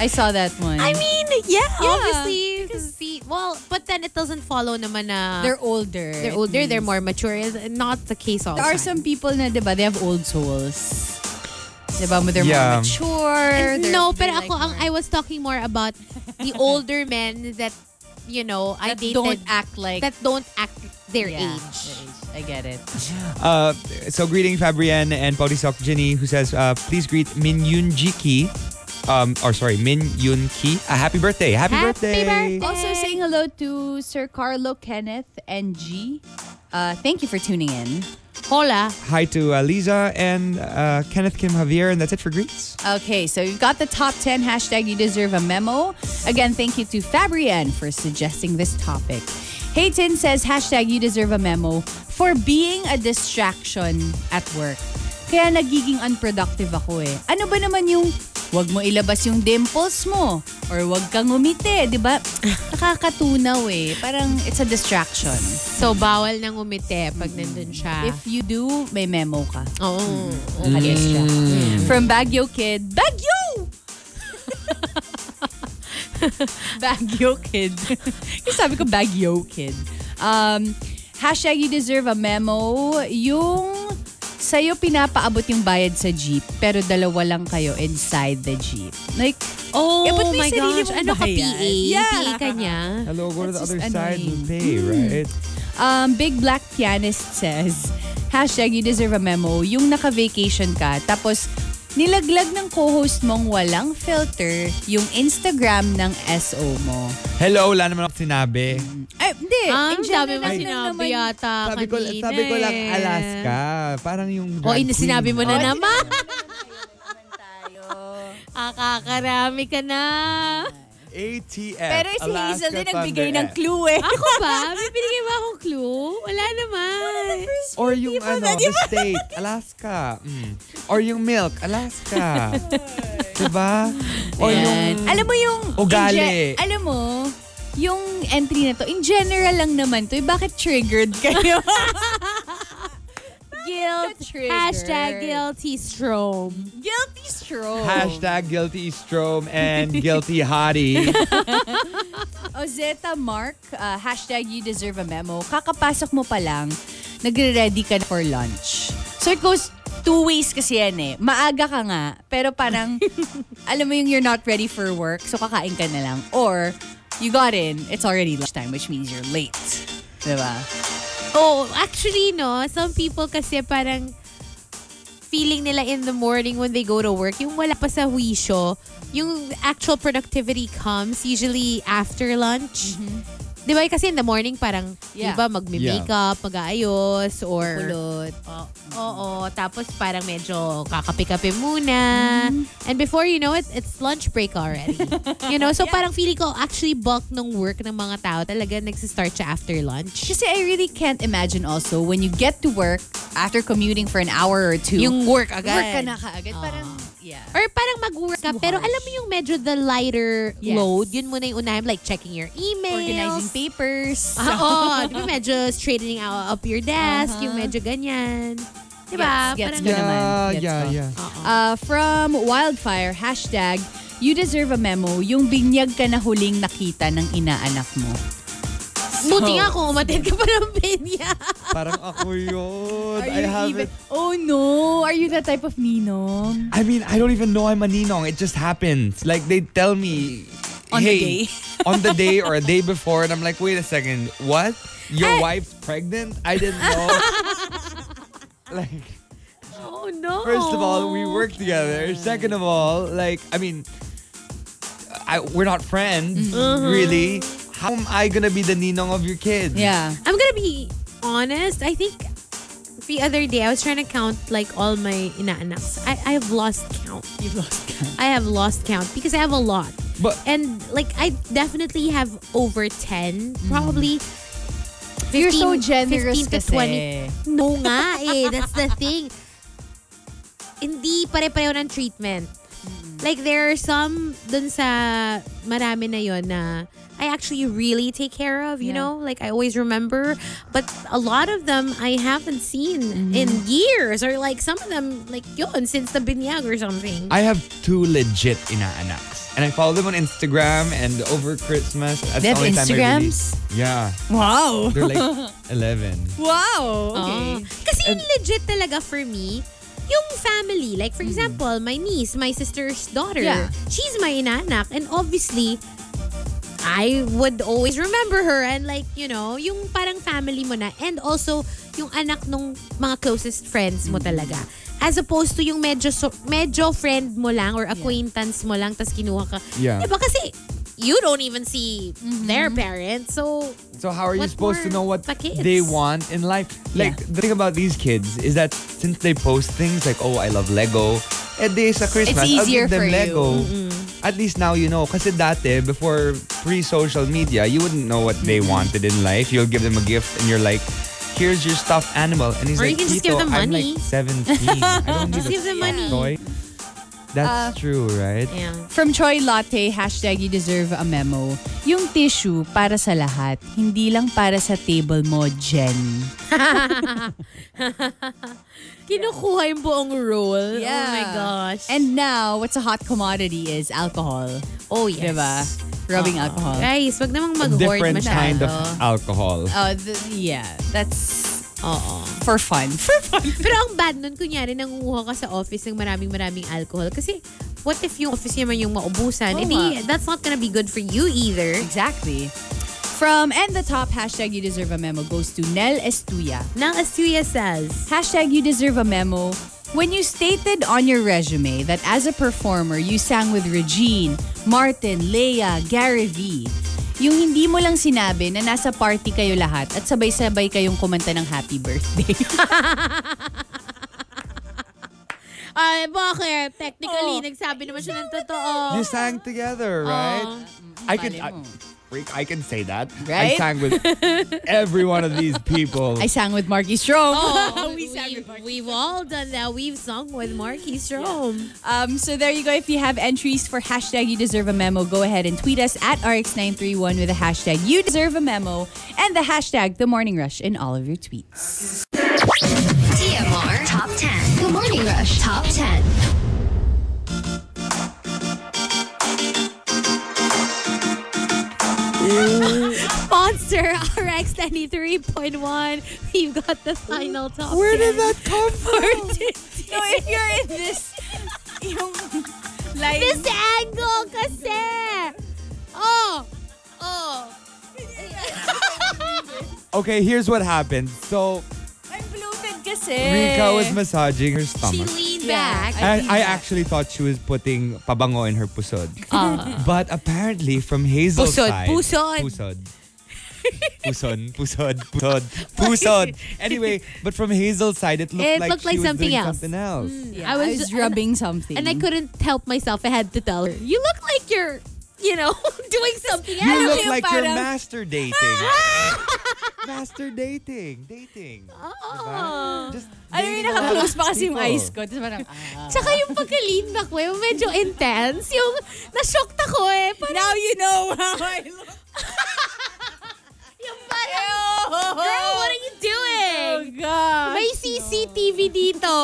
[SPEAKER 3] I saw that one.
[SPEAKER 1] I mean, yeah, obviously. See, well, but then it doesn't follow naman na
[SPEAKER 3] they're older.
[SPEAKER 1] uh, they're older, they're more mature. Is not the case all
[SPEAKER 3] There are
[SPEAKER 1] time.
[SPEAKER 3] some people na, di ba, they have old souls. Di ba, they're
[SPEAKER 2] Yeah.
[SPEAKER 3] more mature. they're-
[SPEAKER 1] No,
[SPEAKER 3] they're
[SPEAKER 1] pero
[SPEAKER 3] like
[SPEAKER 1] ako, ang,
[SPEAKER 3] more-
[SPEAKER 1] I was talking more about
[SPEAKER 3] [LAUGHS]
[SPEAKER 1] the older men that, you know, I
[SPEAKER 3] that
[SPEAKER 1] dated
[SPEAKER 3] don't act like
[SPEAKER 1] that don't act their
[SPEAKER 3] Yeah,
[SPEAKER 1] age.
[SPEAKER 3] their age. I get it.
[SPEAKER 2] Uh, so greeting Fabrienne and Podisok Ginny who says, uh, please greet Min Yoon Ji Ki. Um, or sorry, Min Yoon Ki. Ah, happy birthday. Happy,
[SPEAKER 1] Happy
[SPEAKER 2] birthday.
[SPEAKER 1] birthday.
[SPEAKER 3] Also saying hello to Sir Carlo, Kenneth, and G. Uh, thank you for tuning in.
[SPEAKER 1] Hola.
[SPEAKER 2] Hi to uh, Lisa and uh, Kenneth Kim Javier. And that's it for greets.
[SPEAKER 3] Okay, so you've got the top 10 hashtag you deserve a memo. Again, thank you to Fabrienne for suggesting this topic. Hayton says hashtag you deserve a memo for being a distraction at work. Kaya nagiging unproductive ako eh. Ano ba naman yung wag mo ilabas yung dimples mo or wag kang umiti, di ba? [LAUGHS] Nakakatunaw eh. Parang it's a distraction.
[SPEAKER 1] So, bawal nang umite pag nandun siya.
[SPEAKER 3] Mm. If Mm. you do, may memo ka.
[SPEAKER 1] Oo. Oh,
[SPEAKER 3] Alis siya. From Baguio Kid, Baguio! Baguio Kid. [LAUGHS] Yung sabi ko, Baguio Kid. Um, hashtag you deserve a memo. Yung sa'yo pinapaabot yung bayad sa jeep, pero dalawa lang kayo inside the jeep. Like,
[SPEAKER 1] oh
[SPEAKER 3] Eh, ba't may
[SPEAKER 1] my
[SPEAKER 3] sarili
[SPEAKER 1] gosh.
[SPEAKER 3] mong
[SPEAKER 1] Ano ka,
[SPEAKER 3] bayan?
[SPEAKER 1] PA?
[SPEAKER 3] Yeah.
[SPEAKER 1] PA ka niya?
[SPEAKER 2] Hello, go
[SPEAKER 3] That's
[SPEAKER 2] to the other
[SPEAKER 3] just
[SPEAKER 2] side
[SPEAKER 3] annoying.
[SPEAKER 2] and pay, right?
[SPEAKER 3] Um, Big Black Pianist says, hashtag you deserve a memo, yung naka-vacation ka, tapos nilaglag ng co-host mong walang filter yung Instagram ng SO mo.
[SPEAKER 2] Hello, wala naman ako sinabi.
[SPEAKER 3] Ay, hindi.
[SPEAKER 1] Ah,
[SPEAKER 3] In
[SPEAKER 1] ang dami
[SPEAKER 3] general
[SPEAKER 1] mo
[SPEAKER 3] lang
[SPEAKER 1] sinabi
[SPEAKER 3] naman.
[SPEAKER 1] yata
[SPEAKER 2] Sabi ko,
[SPEAKER 1] kanina
[SPEAKER 2] sabi ko lang
[SPEAKER 1] eh.
[SPEAKER 2] Alaska. Parang yung
[SPEAKER 1] Oh,
[SPEAKER 2] drag
[SPEAKER 1] ina-
[SPEAKER 2] queen.
[SPEAKER 1] sinabi mo na
[SPEAKER 3] Oh, [LAUGHS]
[SPEAKER 1] naman.
[SPEAKER 3] Tayo.
[SPEAKER 1] Akakarami ka na.
[SPEAKER 2] ATF.
[SPEAKER 3] Pero si Hazel din nagbigay ng
[SPEAKER 2] clue.
[SPEAKER 3] clue eh.
[SPEAKER 1] Ako ba? May binigay ba akong clue? Wala naman.
[SPEAKER 2] Or yung ano, the state, Alaska. Mm. Or yung milk,
[SPEAKER 3] [LAUGHS]
[SPEAKER 2] Alaska. diba? Or
[SPEAKER 1] Ayan.
[SPEAKER 2] yung...
[SPEAKER 3] Alam mo yung...
[SPEAKER 2] Ugali.
[SPEAKER 3] in ge- alam mo, yung entry na to, in general lang naman to, eh, bakit triggered kayo? [LAUGHS]
[SPEAKER 1] Guilt.
[SPEAKER 3] triggered.
[SPEAKER 1] Hashtag guilty strome.
[SPEAKER 3] Guilty stroke.
[SPEAKER 2] Hashtag guilty Strom and guilty
[SPEAKER 3] [LAUGHS]
[SPEAKER 2] hottie.
[SPEAKER 3] Ozeta Mark, uh, hashtag you deserve a memo. Kakapasok mo pa lang, nagre-ready ka na for lunch. So it goes two ways kasi yan eh. Maaga ka nga, pero parang, [LAUGHS] alam mo yung you're not ready for work, so kakain ka na lang. Or, you got in, it's already lunchtime, which means you're late. Diba?
[SPEAKER 1] Oh, actually, no. Some people kasi parang feeling nila in the morning when they go to work, yung wala pa sa wisyo, yung actual productivity comes usually after lunch. Di ba? Kasi in the morning, parang,
[SPEAKER 3] Yeah.
[SPEAKER 1] di ba, magme-makeup, mag-aayos, or... Kulot.
[SPEAKER 3] Oh.
[SPEAKER 1] Oo. Tapos parang medyo kakape-kape muna. And before you know it, it's lunch break already. you know? [LAUGHS] So parang feeling ko, actually, bulk ng work ng mga tao talaga nagsistart siya after lunch.
[SPEAKER 3] Kasi I really can't imagine also when you get to work after commuting for an hour or two. Oh.
[SPEAKER 1] Yung work agad.
[SPEAKER 3] work ka na kaagad. Parang, yeah.
[SPEAKER 1] Or parang mag-work ka, pero alam mo yung medyo the lighter
[SPEAKER 3] Yes.
[SPEAKER 1] load, yun muna yung unahin, like checking your emails.
[SPEAKER 3] Organizing [LAUGHS] papers.
[SPEAKER 1] Ah, Oo, di ba medyo straightening out up your desk, yung medyo ganyan. Di ba?
[SPEAKER 3] Gets, gets
[SPEAKER 1] parang Ah,
[SPEAKER 3] ka naman. Gets
[SPEAKER 2] yeah,
[SPEAKER 3] ka.
[SPEAKER 2] yeah.
[SPEAKER 3] Uh, from Wildfire, hashtag, you deserve a memo, yung binyag ka na huling nakita ng inaanak mo.
[SPEAKER 1] Buti nga kung umatid ka pa ng [LAUGHS] binya.
[SPEAKER 2] Parang ako yun.
[SPEAKER 3] Are
[SPEAKER 2] I
[SPEAKER 3] you
[SPEAKER 2] haven't...
[SPEAKER 3] even- Oh no, are you that type of ninong?
[SPEAKER 2] I mean, I don't even know I'm a ninong. It just happens. Like they tell me
[SPEAKER 3] On the
[SPEAKER 2] hey,
[SPEAKER 3] day.
[SPEAKER 2] on the day or a day before, and I'm like, wait a second, what? Your wife's pregnant? I didn't know. [LAUGHS] like,
[SPEAKER 1] Oh no.
[SPEAKER 2] first of all, we work together. Second of all, like, I mean, I, we're not friends,
[SPEAKER 3] Mm-hmm.
[SPEAKER 2] really. How am I gonna be the ninong of your kids?
[SPEAKER 3] Yeah.
[SPEAKER 1] I'm gonna be honest. I think the other day I was trying to count like all my inaanaks. I I have lost count.
[SPEAKER 3] You've lost count.
[SPEAKER 1] I have lost count because I have a lot.
[SPEAKER 2] But
[SPEAKER 1] And like I definitely have over 10 probably.
[SPEAKER 3] Mm-hmm.
[SPEAKER 1] 15,
[SPEAKER 3] You're so generous
[SPEAKER 1] 15 to
[SPEAKER 3] kasi.
[SPEAKER 1] 20. No nga eh. That's the thing. Hindi pare-pareho ng treatment. Like, there are some dun sa marami na yon na I actually really take care of, you
[SPEAKER 3] Yeah.
[SPEAKER 1] know? Like, I always remember. But a lot of them I haven't seen in years. Or like, some of them, like, yon, since the binyag or something.
[SPEAKER 2] I have two legit inaanaks. And I follow them on Instagram and over Christmas. That's
[SPEAKER 3] They have
[SPEAKER 2] the only time I really-
[SPEAKER 3] Instagrams?
[SPEAKER 2] yeah.
[SPEAKER 3] Wow.
[SPEAKER 2] They're
[SPEAKER 3] [LAUGHS]
[SPEAKER 2] like 11.
[SPEAKER 3] Wow. Ah.
[SPEAKER 1] Oo. Kasi yung legit talaga for me, yung family. Like, for example, my niece, my sister's daughter,
[SPEAKER 3] Yeah.
[SPEAKER 1] she's my inanak. And obviously, I would always remember her. And like, you know, yung parang family mo na. And also, yung anak nung mga closest friends mo talaga. As opposed to yung medyo, so, medyo friend mo lang or acquaintance mo lang tas kinuha ka.
[SPEAKER 2] Yeah.
[SPEAKER 1] Diba kasi you don't even see their parents. So,
[SPEAKER 2] So how are you
[SPEAKER 1] What
[SPEAKER 2] supposed
[SPEAKER 1] more
[SPEAKER 2] to know what
[SPEAKER 1] sa kids?
[SPEAKER 2] they want in life? Like the thing about these kids is that since they post things like, "Oh, I love Lego," at days sa Christmas,
[SPEAKER 3] easier
[SPEAKER 2] I'll give them
[SPEAKER 3] for you.
[SPEAKER 2] Lego. At least now you know. Kasi dati, before pre-social media, you wouldn't know what they wanted in life. You'll give them a gift and you're like, "Here's your stuffed animal," and he's
[SPEAKER 1] Or you can
[SPEAKER 2] like,
[SPEAKER 1] just
[SPEAKER 2] "Tito,
[SPEAKER 1] give them
[SPEAKER 2] I'm
[SPEAKER 1] money."
[SPEAKER 2] like
[SPEAKER 1] [LAUGHS]
[SPEAKER 2] 17. I don't
[SPEAKER 1] Just give
[SPEAKER 2] need
[SPEAKER 1] them
[SPEAKER 2] a stuffed
[SPEAKER 1] money. Uh,
[SPEAKER 2] toy." That's true, right?
[SPEAKER 1] yeah.
[SPEAKER 3] From Troy Latte, hashtag you deserve a memo. Yung tissue para sa lahat, hindi lang para sa table mo, Jen.
[SPEAKER 1] Kinukuha yung buong roll. Oh
[SPEAKER 3] Yeah.
[SPEAKER 1] my gosh.
[SPEAKER 3] And now, what's a hot commodity is alcohol.
[SPEAKER 1] oh yes.
[SPEAKER 3] Diba? Rubbing alcohol.
[SPEAKER 1] Uh-huh. Guys, wag namang mag-hoard
[SPEAKER 2] Different
[SPEAKER 1] masyado.
[SPEAKER 2] kind of alcohol.
[SPEAKER 3] Oh, th- yeah. That's
[SPEAKER 1] Oo.
[SPEAKER 3] for fun. [LAUGHS] For fun.
[SPEAKER 1] Pero ang bad nun, kunyari, nangunguha ka sa office ng maraming-maraming alcohol. Kasi, what if yung office naman yung maubusan?
[SPEAKER 3] Oo
[SPEAKER 1] Eh
[SPEAKER 3] nga.
[SPEAKER 1] di, that's not gonna be good for you either.
[SPEAKER 3] Exactly. From and the top, hashtag you deserve a memo goes to Nel Estuya.
[SPEAKER 1] Now, Astuya says,
[SPEAKER 3] Hashtag you deserve a memo. When you stated on your resume that as a performer, you sang with Regine, Martin, Leia, Gary V, yung hindi mo lang sinabi na nasa party kayo lahat at sabay-sabay kayong kumanta ng happy birthday.
[SPEAKER 1] Ay, bakit? Technically,
[SPEAKER 3] Oh.
[SPEAKER 1] nagsabi naman siya ng totoo.
[SPEAKER 2] You sang together, right?
[SPEAKER 1] Oh,
[SPEAKER 2] I could. I,
[SPEAKER 3] Malay mo.
[SPEAKER 2] freak, I can say that. I
[SPEAKER 3] Right?
[SPEAKER 1] [LAUGHS]
[SPEAKER 2] sang with every one of these people.
[SPEAKER 3] I sang with Marky Strong.
[SPEAKER 1] Oh,
[SPEAKER 3] We
[SPEAKER 1] [LAUGHS] we
[SPEAKER 3] sang with Marky
[SPEAKER 1] have all done that. We've sung with Marky Strome.
[SPEAKER 3] Um, so there you go. If you have entries for hashtag you deserve a memo, go ahead and tweet us at RX931 with the hashtag you deserve a memo and the hashtag the morning rush in all of your tweets.
[SPEAKER 4] TMR Top 10. The Morning Rush Top 10.
[SPEAKER 1] Monster RX 93.1. We've got the final top. Where did that come from?
[SPEAKER 3] So if you're in this yung line,
[SPEAKER 1] This angle kasi. Oh. Oh.
[SPEAKER 2] [LAUGHS] okay, here's what happened. So
[SPEAKER 3] I'm bloated kasi.
[SPEAKER 2] Rika was massaging her
[SPEAKER 1] Eh. she
[SPEAKER 2] stomach.
[SPEAKER 1] leaned
[SPEAKER 3] Yeah.
[SPEAKER 1] back.
[SPEAKER 2] and
[SPEAKER 3] did
[SPEAKER 2] I
[SPEAKER 3] that.
[SPEAKER 2] actually thought she was putting pabango in her pusod. But apparently from Hazel's
[SPEAKER 1] Ah. Pusod,
[SPEAKER 2] side.
[SPEAKER 1] pusod.
[SPEAKER 2] Pusod. Puson, pusod, pusod,
[SPEAKER 1] [LAUGHS]
[SPEAKER 2] pusod. Anyway, but from Hazel's side, it looked
[SPEAKER 1] It
[SPEAKER 2] like
[SPEAKER 1] looked
[SPEAKER 2] she
[SPEAKER 1] like
[SPEAKER 2] was
[SPEAKER 1] something
[SPEAKER 2] doing
[SPEAKER 1] else. Mm.
[SPEAKER 2] something else.
[SPEAKER 1] I
[SPEAKER 3] I
[SPEAKER 1] was
[SPEAKER 3] was,
[SPEAKER 1] ju-
[SPEAKER 3] rubbing something.
[SPEAKER 1] And I couldn't help myself. I had to tell her. You look like you're, you know, [LAUGHS] doing something else.
[SPEAKER 2] You look
[SPEAKER 3] yung
[SPEAKER 2] like you're
[SPEAKER 3] parang-
[SPEAKER 1] [LAUGHS]
[SPEAKER 2] master dating. master dating. Dating.
[SPEAKER 1] Oh.
[SPEAKER 2] Just
[SPEAKER 3] Alam mo,
[SPEAKER 2] dating a lot of
[SPEAKER 3] naka-close pa kasi yung
[SPEAKER 2] people.
[SPEAKER 3] eyes ko. Tapos parang, ah.
[SPEAKER 1] Tsaka yung pagka-lean back mo, yung medyo intense. Yung na-shocked ako eh. Parang,
[SPEAKER 3] Now you know [LAUGHS] Oh how I look.
[SPEAKER 1] yung parang, girl, what are you doing?
[SPEAKER 3] Oh, God.
[SPEAKER 1] May CCTV dito.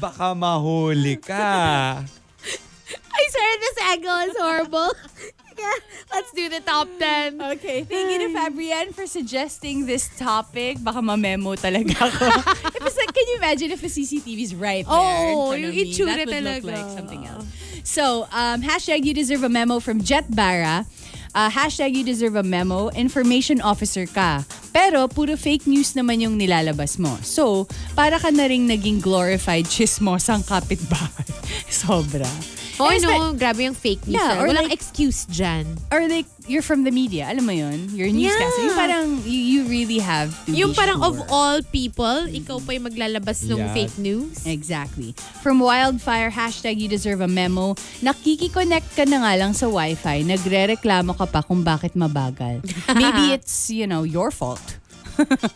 [SPEAKER 2] Baka mahuli ka.
[SPEAKER 1] I swear this angle is horrible. [LAUGHS] yeah, let's do the top 10.
[SPEAKER 3] Okay, thank you to Fabrienne for suggesting this topic. Baka ma-memo talaga
[SPEAKER 1] [LAUGHS]
[SPEAKER 3] ako. it was like, can you imagine if the CCTV's right there
[SPEAKER 1] Oh,
[SPEAKER 3] in front of
[SPEAKER 1] yung
[SPEAKER 3] me?
[SPEAKER 1] itsura
[SPEAKER 3] That would
[SPEAKER 1] talaga.
[SPEAKER 3] look like something else. So, um, hashtag you deserve a memo from Jet Barra. Uh, hashtag you deserve a memo, information officer ka. Pero puro fake news naman yung nilalabas mo. So, para ka na rin naging glorified [LAUGHS] chismosang kapitbahay. [LAUGHS] Sobra.
[SPEAKER 1] Oh,
[SPEAKER 3] And espe-
[SPEAKER 1] no, grabe yung fake news.
[SPEAKER 3] Yeah,
[SPEAKER 1] ah.
[SPEAKER 3] or
[SPEAKER 1] Walang
[SPEAKER 3] like-
[SPEAKER 1] excuse dyan.
[SPEAKER 3] or like you're from the media, alam mo yun? You're a newscaster.
[SPEAKER 1] Yeah.
[SPEAKER 3] Yung parang you, you really have to
[SPEAKER 1] Yung
[SPEAKER 3] be
[SPEAKER 1] parang
[SPEAKER 3] sure.
[SPEAKER 1] of all people, ikaw pa yung maglalabas ng
[SPEAKER 2] Yeah.
[SPEAKER 1] fake news.
[SPEAKER 3] Eh, Exactly. From Wildfire, hashtag you deserve a memo, nakikiconnect ka na nga lang sa wifi, nagre-reklamo ka pa kung bakit [LAUGHS] mabagal. Maybe it's, you know, your fault.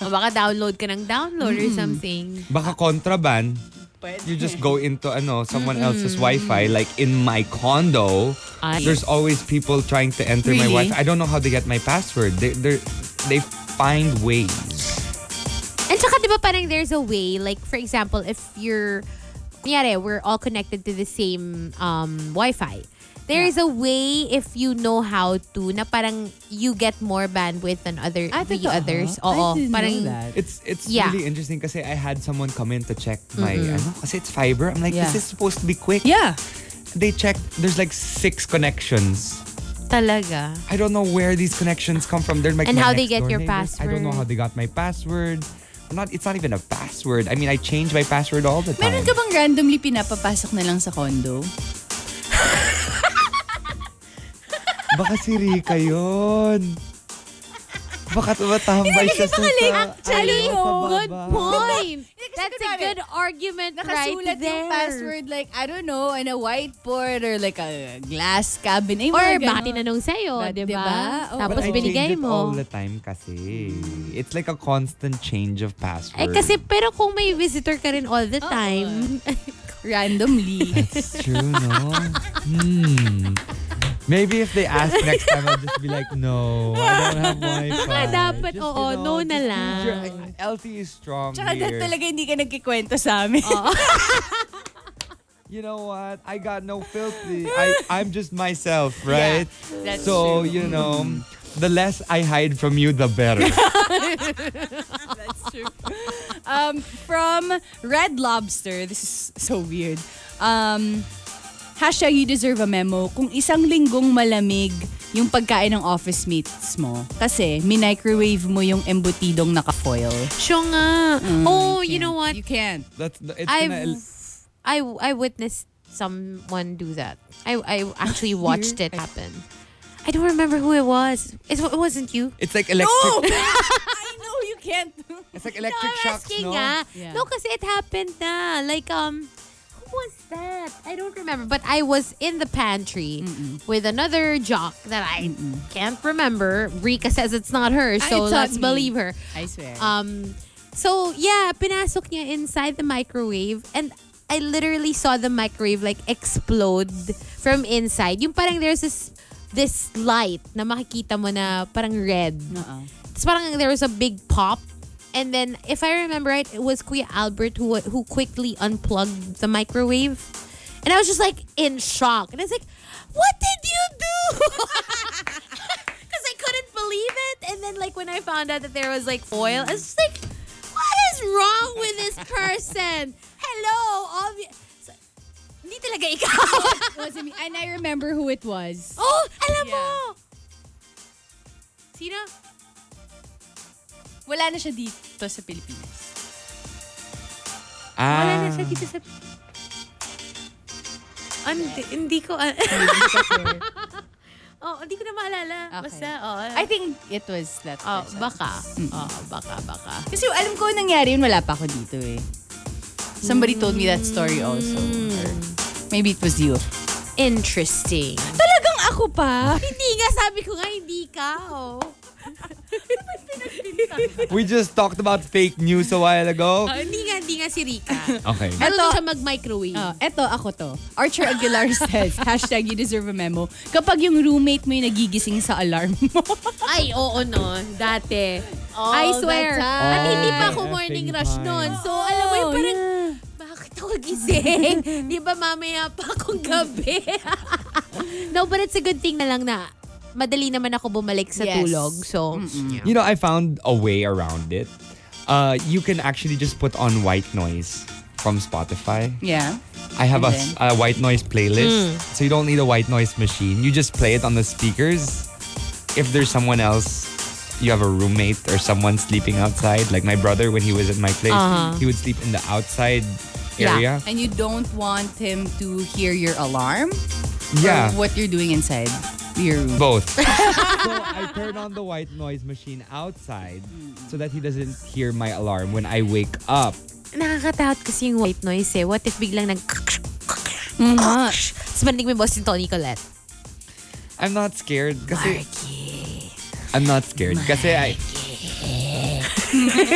[SPEAKER 1] O baka download ka ng download or something.
[SPEAKER 2] Baka contraband.
[SPEAKER 3] Pwede.
[SPEAKER 2] you just go into ano someone else's Wi-Fi. Like in my condo,
[SPEAKER 1] Ay.
[SPEAKER 2] there's always people trying to enter my
[SPEAKER 3] Really?
[SPEAKER 2] Wi-Fi. I don't know how they get my password. They they're- they find ways.
[SPEAKER 1] And saka, di ba parang there's a way, like for example, if you're, kunyari, we're all connected to the same um, Wi-Fi. There is a way if you know how to na parang you get more bandwidth than other
[SPEAKER 3] Ah,
[SPEAKER 1] the
[SPEAKER 3] totoo?
[SPEAKER 1] others.
[SPEAKER 3] I
[SPEAKER 1] Oo,
[SPEAKER 3] didn't know
[SPEAKER 1] parang
[SPEAKER 3] that.
[SPEAKER 2] It's it's
[SPEAKER 1] Yeah.
[SPEAKER 2] really interesting because I had someone come in to check my ano kasi it's fiber. I'm like
[SPEAKER 3] Yeah.
[SPEAKER 2] this is supposed to be quick.
[SPEAKER 3] Yeah.
[SPEAKER 2] They checked there's like six connections.
[SPEAKER 1] talaga.
[SPEAKER 2] I don't know where these connections come from. They're like
[SPEAKER 1] And
[SPEAKER 2] my
[SPEAKER 1] how they get
[SPEAKER 2] next
[SPEAKER 1] your
[SPEAKER 2] door neighbors. I don't
[SPEAKER 1] password.
[SPEAKER 2] know how they got my password. I'm not. It's not even a password. I mean, I change my password all the time.
[SPEAKER 3] Meron ka bang randomly pinapapasok na lang sa condo?
[SPEAKER 2] Baka si Rika yun. Baka tumatambay siya sa...
[SPEAKER 1] Actually, oh,
[SPEAKER 2] ano, sa baba.
[SPEAKER 1] good point. That's a
[SPEAKER 3] kunwari,
[SPEAKER 1] good argument right
[SPEAKER 3] Nakasulat
[SPEAKER 1] there.
[SPEAKER 3] yung password like, I don't know, on a whiteboard or like a glass cabinet.
[SPEAKER 1] Or
[SPEAKER 3] mga
[SPEAKER 1] baka
[SPEAKER 3] ganon.
[SPEAKER 1] tinanong sa'yo,
[SPEAKER 3] Ba-
[SPEAKER 1] di
[SPEAKER 3] diba?
[SPEAKER 1] ba?
[SPEAKER 3] Oo.
[SPEAKER 1] Tapos
[SPEAKER 2] But I
[SPEAKER 1] binigay
[SPEAKER 2] change it all
[SPEAKER 1] mo.
[SPEAKER 2] the time kasi. It's like a constant change of password.
[SPEAKER 1] Eh kasi, pero kung may visitor ka rin all the
[SPEAKER 3] Oo.
[SPEAKER 1] time, [LAUGHS]
[SPEAKER 3] [LAUGHS] Randomly.
[SPEAKER 2] It's true, no? Hmm. Maybe if they ask next time, I'll just be like, no, I don't have
[SPEAKER 1] [LAUGHS]
[SPEAKER 2] Wi-Fi.
[SPEAKER 1] Nga dapat,
[SPEAKER 2] Just,
[SPEAKER 1] oo,
[SPEAKER 2] you
[SPEAKER 1] no
[SPEAKER 2] know,
[SPEAKER 1] na
[SPEAKER 2] just use your-
[SPEAKER 1] lang.
[SPEAKER 2] LTE is strong
[SPEAKER 3] Tsaka
[SPEAKER 2] here.
[SPEAKER 3] talaga hindi ka nagkikwento sa amin.
[SPEAKER 2] You know what? I got no filthy. I, I'm just
[SPEAKER 1] [LAUGHS]
[SPEAKER 2] myself, right?
[SPEAKER 3] that's
[SPEAKER 2] so,
[SPEAKER 3] true.
[SPEAKER 2] you know, the less I hide from you, the
[SPEAKER 1] [LAUGHS]
[SPEAKER 2] better.
[SPEAKER 3] That's true. um, from Red Lobster, this is so weird. Um, hashtag you deserve a memo. Kung isang linggong malamig yung pagkain ng office mates mo. Kasi, microwave mo yung embutidong naka-foil.
[SPEAKER 1] siya nga. oh, you know what?
[SPEAKER 3] You can't.
[SPEAKER 2] That's it's
[SPEAKER 1] I've,
[SPEAKER 2] gonna-
[SPEAKER 1] I, I witnessed someone do that. I, I actually watched it happen. I don't remember who it was. It's, it wasn't you.
[SPEAKER 2] it's like electric.
[SPEAKER 3] Oh! [LAUGHS] I know you can't.
[SPEAKER 2] It's like electric
[SPEAKER 1] no, I'm
[SPEAKER 2] shocks,
[SPEAKER 1] asking ah.
[SPEAKER 2] no?
[SPEAKER 1] nga.
[SPEAKER 3] Yeah.
[SPEAKER 1] No, kasi it happened na. Like, um, who was that? I don't remember. But I was in the pantry with another jock that I can't remember. Rika says it's not her, so
[SPEAKER 3] it's not
[SPEAKER 1] let's
[SPEAKER 3] me.
[SPEAKER 1] believe her.
[SPEAKER 3] I swear.
[SPEAKER 1] Um, so, yeah, pinasok niya inside the microwave and I literally saw the microwave like explode from inside. Yung parang there's this this light na makikita mo na parang red.
[SPEAKER 3] Oo.
[SPEAKER 1] Tapos parang there was a big pop. And then, if I remember right, it was Kuya Albert who who quickly unplugged the microwave. And I was just like in shock. And I was like, what did you do? [LAUGHS] Because I couldn't believe it. And then like when I found out that there was like foil, I was just like, what is wrong with this person? [LAUGHS] Hello, all of you. So, Hindi talaga ikaw. [LAUGHS]
[SPEAKER 3] It wasn't me. And I remember who it was.
[SPEAKER 1] oh, alam
[SPEAKER 3] Yeah.
[SPEAKER 1] mo. Sino?
[SPEAKER 3] Wala na siya dito sa Pilipinas.
[SPEAKER 2] Ah.
[SPEAKER 1] Wala na
[SPEAKER 3] Ah.
[SPEAKER 1] siya dito sa... Hindi, hindi ko... ah, [LAUGHS] oh, hindi ko na maalala.
[SPEAKER 3] Okay.
[SPEAKER 1] Basta, oh.
[SPEAKER 3] I think it was that
[SPEAKER 1] oh,
[SPEAKER 3] person.
[SPEAKER 1] baka. Oh, baka, baka.
[SPEAKER 3] Kasi alam ko nangyari yun, wala pa ako dito eh. Somebody told me that story also. Or maybe it was you.
[SPEAKER 1] Interesting.
[SPEAKER 3] Talagang ako pa?
[SPEAKER 1] [LAUGHS] hindi nga, sabi ko nga, hindi ka, oh.
[SPEAKER 2] We just talked about fake news a while
[SPEAKER 1] [LAUGHS]
[SPEAKER 2] ago.
[SPEAKER 1] Ah, hindi nga, hindi nga si Rika.
[SPEAKER 2] Okay.
[SPEAKER 1] Marunong
[SPEAKER 3] Eto-
[SPEAKER 1] siya mag-microwave.
[SPEAKER 3] Oh, eto, ako to. Archer Aguilar says, hashtag you deserve a memo, kapag yung roommate mo yung nagigising sa alarm mo.
[SPEAKER 1] Ay, oo no. Dati.
[SPEAKER 3] All
[SPEAKER 1] I swear.
[SPEAKER 3] the time. Oh,
[SPEAKER 1] At hindi pa
[SPEAKER 2] All
[SPEAKER 1] ako
[SPEAKER 2] the
[SPEAKER 1] morning
[SPEAKER 2] effing
[SPEAKER 1] rush
[SPEAKER 2] time.
[SPEAKER 1] noon. So,
[SPEAKER 3] Oo,
[SPEAKER 1] alam mo yung parang, bakit ako
[SPEAKER 3] [LAUGHS]
[SPEAKER 1] gising? Di ba mamaya pa akong gabi? [LAUGHS] no, but it's a good thing na lang na madali naman ako bumalik sa
[SPEAKER 3] Yes.
[SPEAKER 1] tulog. So,
[SPEAKER 2] You know, I found a way around it. Uh, you can actually just put on white noise from Spotify.
[SPEAKER 3] yeah.
[SPEAKER 2] I have a,
[SPEAKER 3] And
[SPEAKER 2] s- a white noise playlist,
[SPEAKER 1] Mm.
[SPEAKER 2] so you don't need a white noise machine. You just play it on the speakers. If there's someone else, you have a roommate or someone sleeping outside. Like my brother, when he was at my place,
[SPEAKER 1] Uh-huh.
[SPEAKER 2] he would sleep in the outside
[SPEAKER 1] Yeah.
[SPEAKER 2] area.
[SPEAKER 3] And you don't want him to hear your alarm?
[SPEAKER 2] Yeah,
[SPEAKER 3] Or what you're doing inside your
[SPEAKER 1] [LAUGHS]
[SPEAKER 3] room?
[SPEAKER 2] both. so I turn on the white noise machine outside so that he doesn't hear my alarm when I wake up.
[SPEAKER 1] nakakatakot kasi yung white noise eh. What if biglang nag... Tapos
[SPEAKER 3] Mhm.
[SPEAKER 1] marinig mo yung boss ni Tony Colette.
[SPEAKER 2] I'm not scared kasi I'm not scared kasi I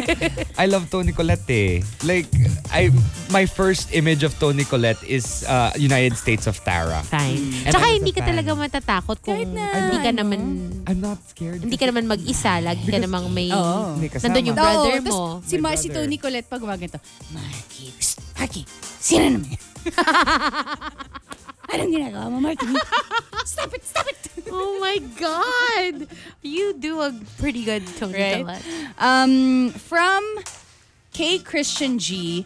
[SPEAKER 2] [LAUGHS] I love Tony Collette. eh. Like I my first image of Tony Collette is uh, United States of Tara.
[SPEAKER 1] Fine.
[SPEAKER 2] And
[SPEAKER 1] Tsaka
[SPEAKER 2] I'm
[SPEAKER 1] hindi
[SPEAKER 2] a
[SPEAKER 1] ka
[SPEAKER 2] fan.
[SPEAKER 1] talaga matatakot kung
[SPEAKER 3] Kahit na,
[SPEAKER 1] hindi ka
[SPEAKER 3] ano.
[SPEAKER 1] naman
[SPEAKER 2] I'm not scared.
[SPEAKER 1] hindi ka naman mag-isa, lagi ka namang may
[SPEAKER 3] Oo.
[SPEAKER 2] Hindi kasama.
[SPEAKER 1] nandun yung
[SPEAKER 3] Oo,
[SPEAKER 1] brother
[SPEAKER 3] tas
[SPEAKER 1] mo.
[SPEAKER 3] Si,
[SPEAKER 2] My
[SPEAKER 3] Ma, si
[SPEAKER 2] brother.
[SPEAKER 3] Tony Colette pag gumagano to, Marky, psst, Marky, sino naman yan? [LAUGHS] Anong ginagawa mo, Marky? stop it, stop it!
[SPEAKER 1] Oh my God! You do a pretty good Tony
[SPEAKER 3] Right?
[SPEAKER 1] Collette.
[SPEAKER 3] Um, from K. Christian G,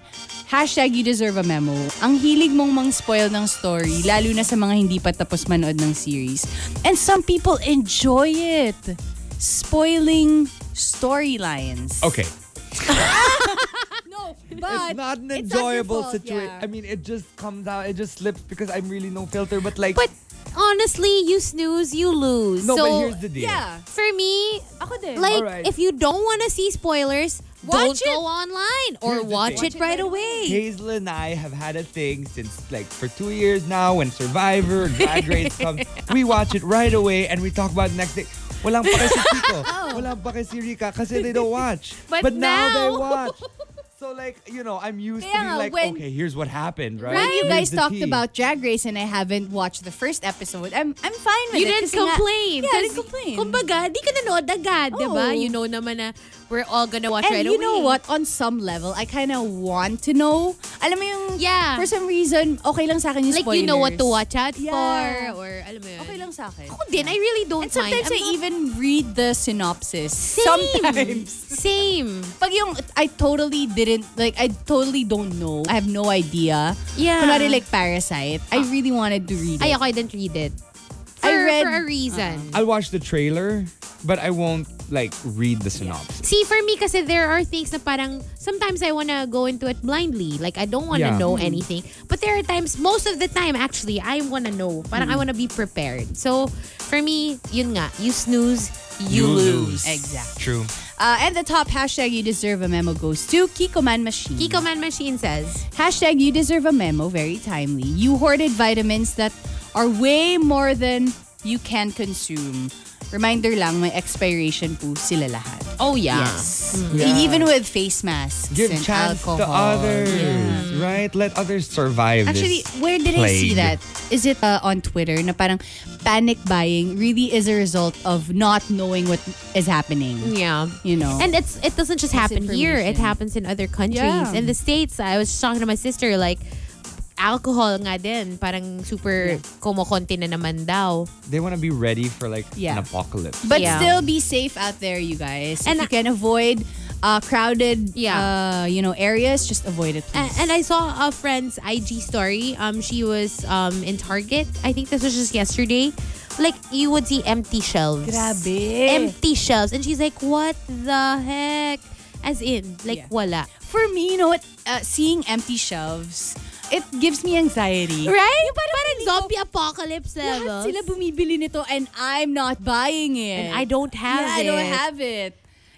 [SPEAKER 3] hashtag you deserve a memo. Ang hilig mong mang spoil ng story, lalo na sa mga hindi pa tapos manood ng series. And some people enjoy it. Spoiling storylines.
[SPEAKER 2] Okay.
[SPEAKER 3] No, but
[SPEAKER 2] Oh, it's not an
[SPEAKER 3] it's not your
[SPEAKER 2] enjoyable
[SPEAKER 3] fault,
[SPEAKER 2] situation.
[SPEAKER 3] yeah.
[SPEAKER 2] I mean, it just comes out. It just slips because I'm really no filter. But like,
[SPEAKER 1] But honestly, you snooze, you lose.
[SPEAKER 2] no.
[SPEAKER 1] so,
[SPEAKER 2] but here's the deal.
[SPEAKER 3] Yeah.
[SPEAKER 1] for me,
[SPEAKER 3] Ako din.
[SPEAKER 1] like,
[SPEAKER 2] Alright.
[SPEAKER 1] if you don't want to see spoilers,
[SPEAKER 3] Watch
[SPEAKER 1] don't go online or
[SPEAKER 2] Here's the
[SPEAKER 1] watch
[SPEAKER 2] thing.
[SPEAKER 1] it right away.
[SPEAKER 2] Hazel and I have had a thing since like for two years now. When Survivor, Drag Race
[SPEAKER 3] [LAUGHS]
[SPEAKER 2] comes, we watch it right away and we talk about it next day. Walang pake si
[SPEAKER 3] [LAUGHS]
[SPEAKER 2] Chico.
[SPEAKER 3] Oh.
[SPEAKER 2] Walang pake si Rika kasi they don't watch.
[SPEAKER 1] But
[SPEAKER 2] they
[SPEAKER 1] now-
[SPEAKER 3] [LAUGHS]
[SPEAKER 2] watch. So like, you know, I'm used
[SPEAKER 3] Kaya
[SPEAKER 2] to
[SPEAKER 3] nga,
[SPEAKER 2] being like,
[SPEAKER 3] when-
[SPEAKER 2] okay, here's what happened, right?
[SPEAKER 3] When you
[SPEAKER 2] Here's
[SPEAKER 3] guys
[SPEAKER 2] the
[SPEAKER 3] talked
[SPEAKER 2] tea.
[SPEAKER 3] about Drag Race and I haven't watched the first episode, I'm I'm fine with
[SPEAKER 1] You
[SPEAKER 3] it.
[SPEAKER 1] didn't
[SPEAKER 3] kasi nga-
[SPEAKER 1] complain.
[SPEAKER 3] yeah, I
[SPEAKER 1] Kasi,
[SPEAKER 3] didn't complain.
[SPEAKER 1] Kumbaga, di ka nanood agad, di ba?
[SPEAKER 3] Oo.
[SPEAKER 1] You know naman na we're all gonna watch
[SPEAKER 3] and
[SPEAKER 1] right
[SPEAKER 3] you
[SPEAKER 1] away.
[SPEAKER 3] know what? On some level, I kind of want to know. Alam mo yung,
[SPEAKER 1] Yeah.
[SPEAKER 3] for some reason, okay lang sa akin yung
[SPEAKER 1] Like,
[SPEAKER 3] spoilers.
[SPEAKER 1] you know what to watch out
[SPEAKER 3] Yeah.
[SPEAKER 1] for or alam mo yun.
[SPEAKER 3] Okay lang sa akin.
[SPEAKER 1] Ako din, I really don't
[SPEAKER 3] And sometimes
[SPEAKER 1] mind. I'm
[SPEAKER 3] I
[SPEAKER 1] not-
[SPEAKER 3] even read the synopsis.
[SPEAKER 1] Same.
[SPEAKER 3] Sometimes. [LAUGHS]
[SPEAKER 1] Same.
[SPEAKER 3] Pag yung, I totally didn't, like, I totally don't know. I have no idea.
[SPEAKER 1] Yeah. Ah.
[SPEAKER 3] Kunwari like Parasite, I really wanted to read it.
[SPEAKER 1] Ay, ako, I didn't read it. Uh-huh. For,
[SPEAKER 3] I read-
[SPEAKER 1] for a reason.
[SPEAKER 2] I'll watch the trailer, but I won't like read the synopsis.
[SPEAKER 1] See, for me kasi there are things na parang sometimes I wanna go into it blindly. Like, I don't wanna
[SPEAKER 2] Yeah.
[SPEAKER 1] know anything. But there are times, most of the time actually, I wanna know. Parang I wanna be prepared. So, for me, yun nga. You snooze, you, lose.
[SPEAKER 3] Exactly.
[SPEAKER 2] True.
[SPEAKER 3] Uh, and the top hashtag you deserve a memo goes to Kiko Man Machine.
[SPEAKER 1] Kiko Man Machine says,
[SPEAKER 3] Hashtag you deserve a memo, very timely. You hoarded vitamins that are way more than you can consume. Reminder lang, may expiration po sila lahat.
[SPEAKER 1] Oh yeah.
[SPEAKER 3] Yes. E-,
[SPEAKER 2] Yeah.
[SPEAKER 3] Even with face
[SPEAKER 2] Ah.
[SPEAKER 3] masks
[SPEAKER 2] Mm-hmm. Give
[SPEAKER 3] and
[SPEAKER 2] chance
[SPEAKER 3] alcohol.
[SPEAKER 2] to others, right? Let others survive. this
[SPEAKER 3] Actually, where did I see
[SPEAKER 2] plague.
[SPEAKER 3] that? Is it uh, on Twitter na parang panic buying really is a result of not knowing what is happening?
[SPEAKER 1] Yeah.
[SPEAKER 3] You know?
[SPEAKER 1] And it's it doesn't just happen here. It
[SPEAKER 3] Misinformation.
[SPEAKER 1] happens in other countries.
[SPEAKER 3] Yeah.
[SPEAKER 1] In the states, I was just talking to my sister like alcohol nga din, parang super kumokonti na naman daw.
[SPEAKER 2] they want to be ready for like
[SPEAKER 3] Yeah.
[SPEAKER 2] an apocalypse.
[SPEAKER 3] But
[SPEAKER 1] Yeah.
[SPEAKER 3] still be safe out there, you guys.
[SPEAKER 1] And
[SPEAKER 3] if
[SPEAKER 1] I-
[SPEAKER 3] you can avoid uh, crowded,
[SPEAKER 1] Yeah.
[SPEAKER 3] uh, you know, areas, just avoid it,
[SPEAKER 1] And,
[SPEAKER 3] please.
[SPEAKER 1] and I saw a friend's IG story. Um, she was um in Target. I think this was just yesterday. Like you would see empty shelves.
[SPEAKER 3] Grabe.
[SPEAKER 1] Empty shelves, and she's like, "What the heck?" As in, like
[SPEAKER 3] Yeah.
[SPEAKER 1] wala.
[SPEAKER 3] For me, you know what? Uh, seeing empty shelves, it gives me anxiety.
[SPEAKER 1] Right? Parang, zombie apocalypse level.
[SPEAKER 3] Lahat sila bumibili nito and I'm not buying it.
[SPEAKER 1] And I don't have
[SPEAKER 3] yeah, I
[SPEAKER 1] it.
[SPEAKER 3] don't have it.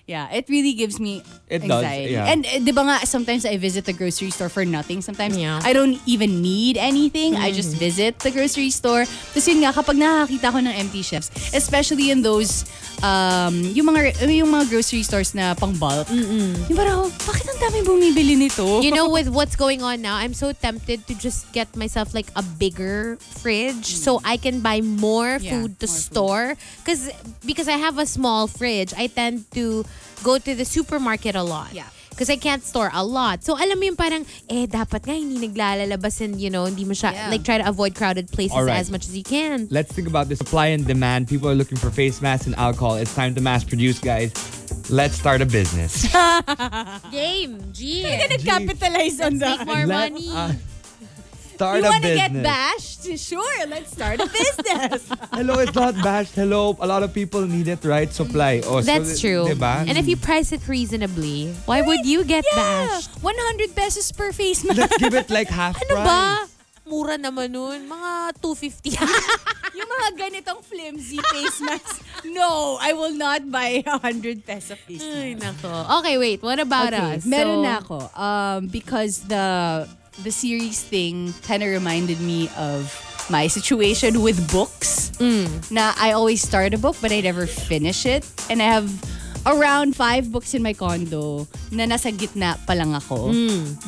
[SPEAKER 3] Yeah, it really gives me
[SPEAKER 2] It does,
[SPEAKER 3] anxiety.
[SPEAKER 2] yeah.
[SPEAKER 3] And uh, di ba nga, sometimes I visit the grocery store for nothing. Sometimes
[SPEAKER 1] Yeah.
[SPEAKER 3] I don't even need anything. I just visit the grocery store. Tapos yun nga, kapag nakakita ko ng empty shelves, especially in those, um, yung mga, yung mga grocery stores na pang bulk, yung parang, bakit ang dami bumibili nito?
[SPEAKER 1] you know, [LAUGHS] with what's going on now, I'm so tempted to just get myself like a bigger fridge so I can buy Mm. more
[SPEAKER 3] Yeah,
[SPEAKER 1] food to
[SPEAKER 3] more food.
[SPEAKER 1] store. Because because I have a small fridge, I tend to go to the supermarket a lot.
[SPEAKER 3] Yeah.
[SPEAKER 1] Because I can't store a lot. So alam mo yung parang, eh, dapat nga hindi naglalabas and, you know, hindi mo siya,
[SPEAKER 3] Yeah.
[SPEAKER 1] like, try to avoid crowded places
[SPEAKER 2] Alright.
[SPEAKER 1] as much as you can.
[SPEAKER 2] Let's think about the supply and demand. People are looking for face masks and alcohol. It's time to mass produce, guys. Let's start a business.
[SPEAKER 1] Game, G.
[SPEAKER 3] capitalize on
[SPEAKER 1] Make
[SPEAKER 3] that.
[SPEAKER 1] more
[SPEAKER 2] Let
[SPEAKER 1] money.
[SPEAKER 2] us uh, Start
[SPEAKER 3] You
[SPEAKER 2] a
[SPEAKER 3] want to
[SPEAKER 2] business.
[SPEAKER 3] get bashed? Sure, let's start a
[SPEAKER 1] [LAUGHS]
[SPEAKER 3] business.
[SPEAKER 2] Hello, it's not bashed. Hello, a lot of people need it, right? Supply. Oh,
[SPEAKER 1] That's
[SPEAKER 2] so,
[SPEAKER 1] true.
[SPEAKER 2] Diba?
[SPEAKER 1] And if you price it reasonably, why would you get
[SPEAKER 3] Yeah,
[SPEAKER 1] bashed?
[SPEAKER 3] 100 pesos per face mask.
[SPEAKER 2] Let's give it like half
[SPEAKER 1] Ano
[SPEAKER 2] price.
[SPEAKER 1] ba? Mura naman nun. Mga 250.
[SPEAKER 3] yung mga ganitong flimsy face masks. [LAUGHS] No, I will not buy a 100 peso face
[SPEAKER 1] [LAUGHS]
[SPEAKER 3] mask.
[SPEAKER 1] Ay, nako. Okay, wait. What about us? So,
[SPEAKER 3] meron na ako. Um, because the the series thing kind of reminded me of my situation
[SPEAKER 1] Mm.
[SPEAKER 3] with books. Na I always start a book but I never finish it. And I have around five books in my condo na nasa gitna pa lang ako.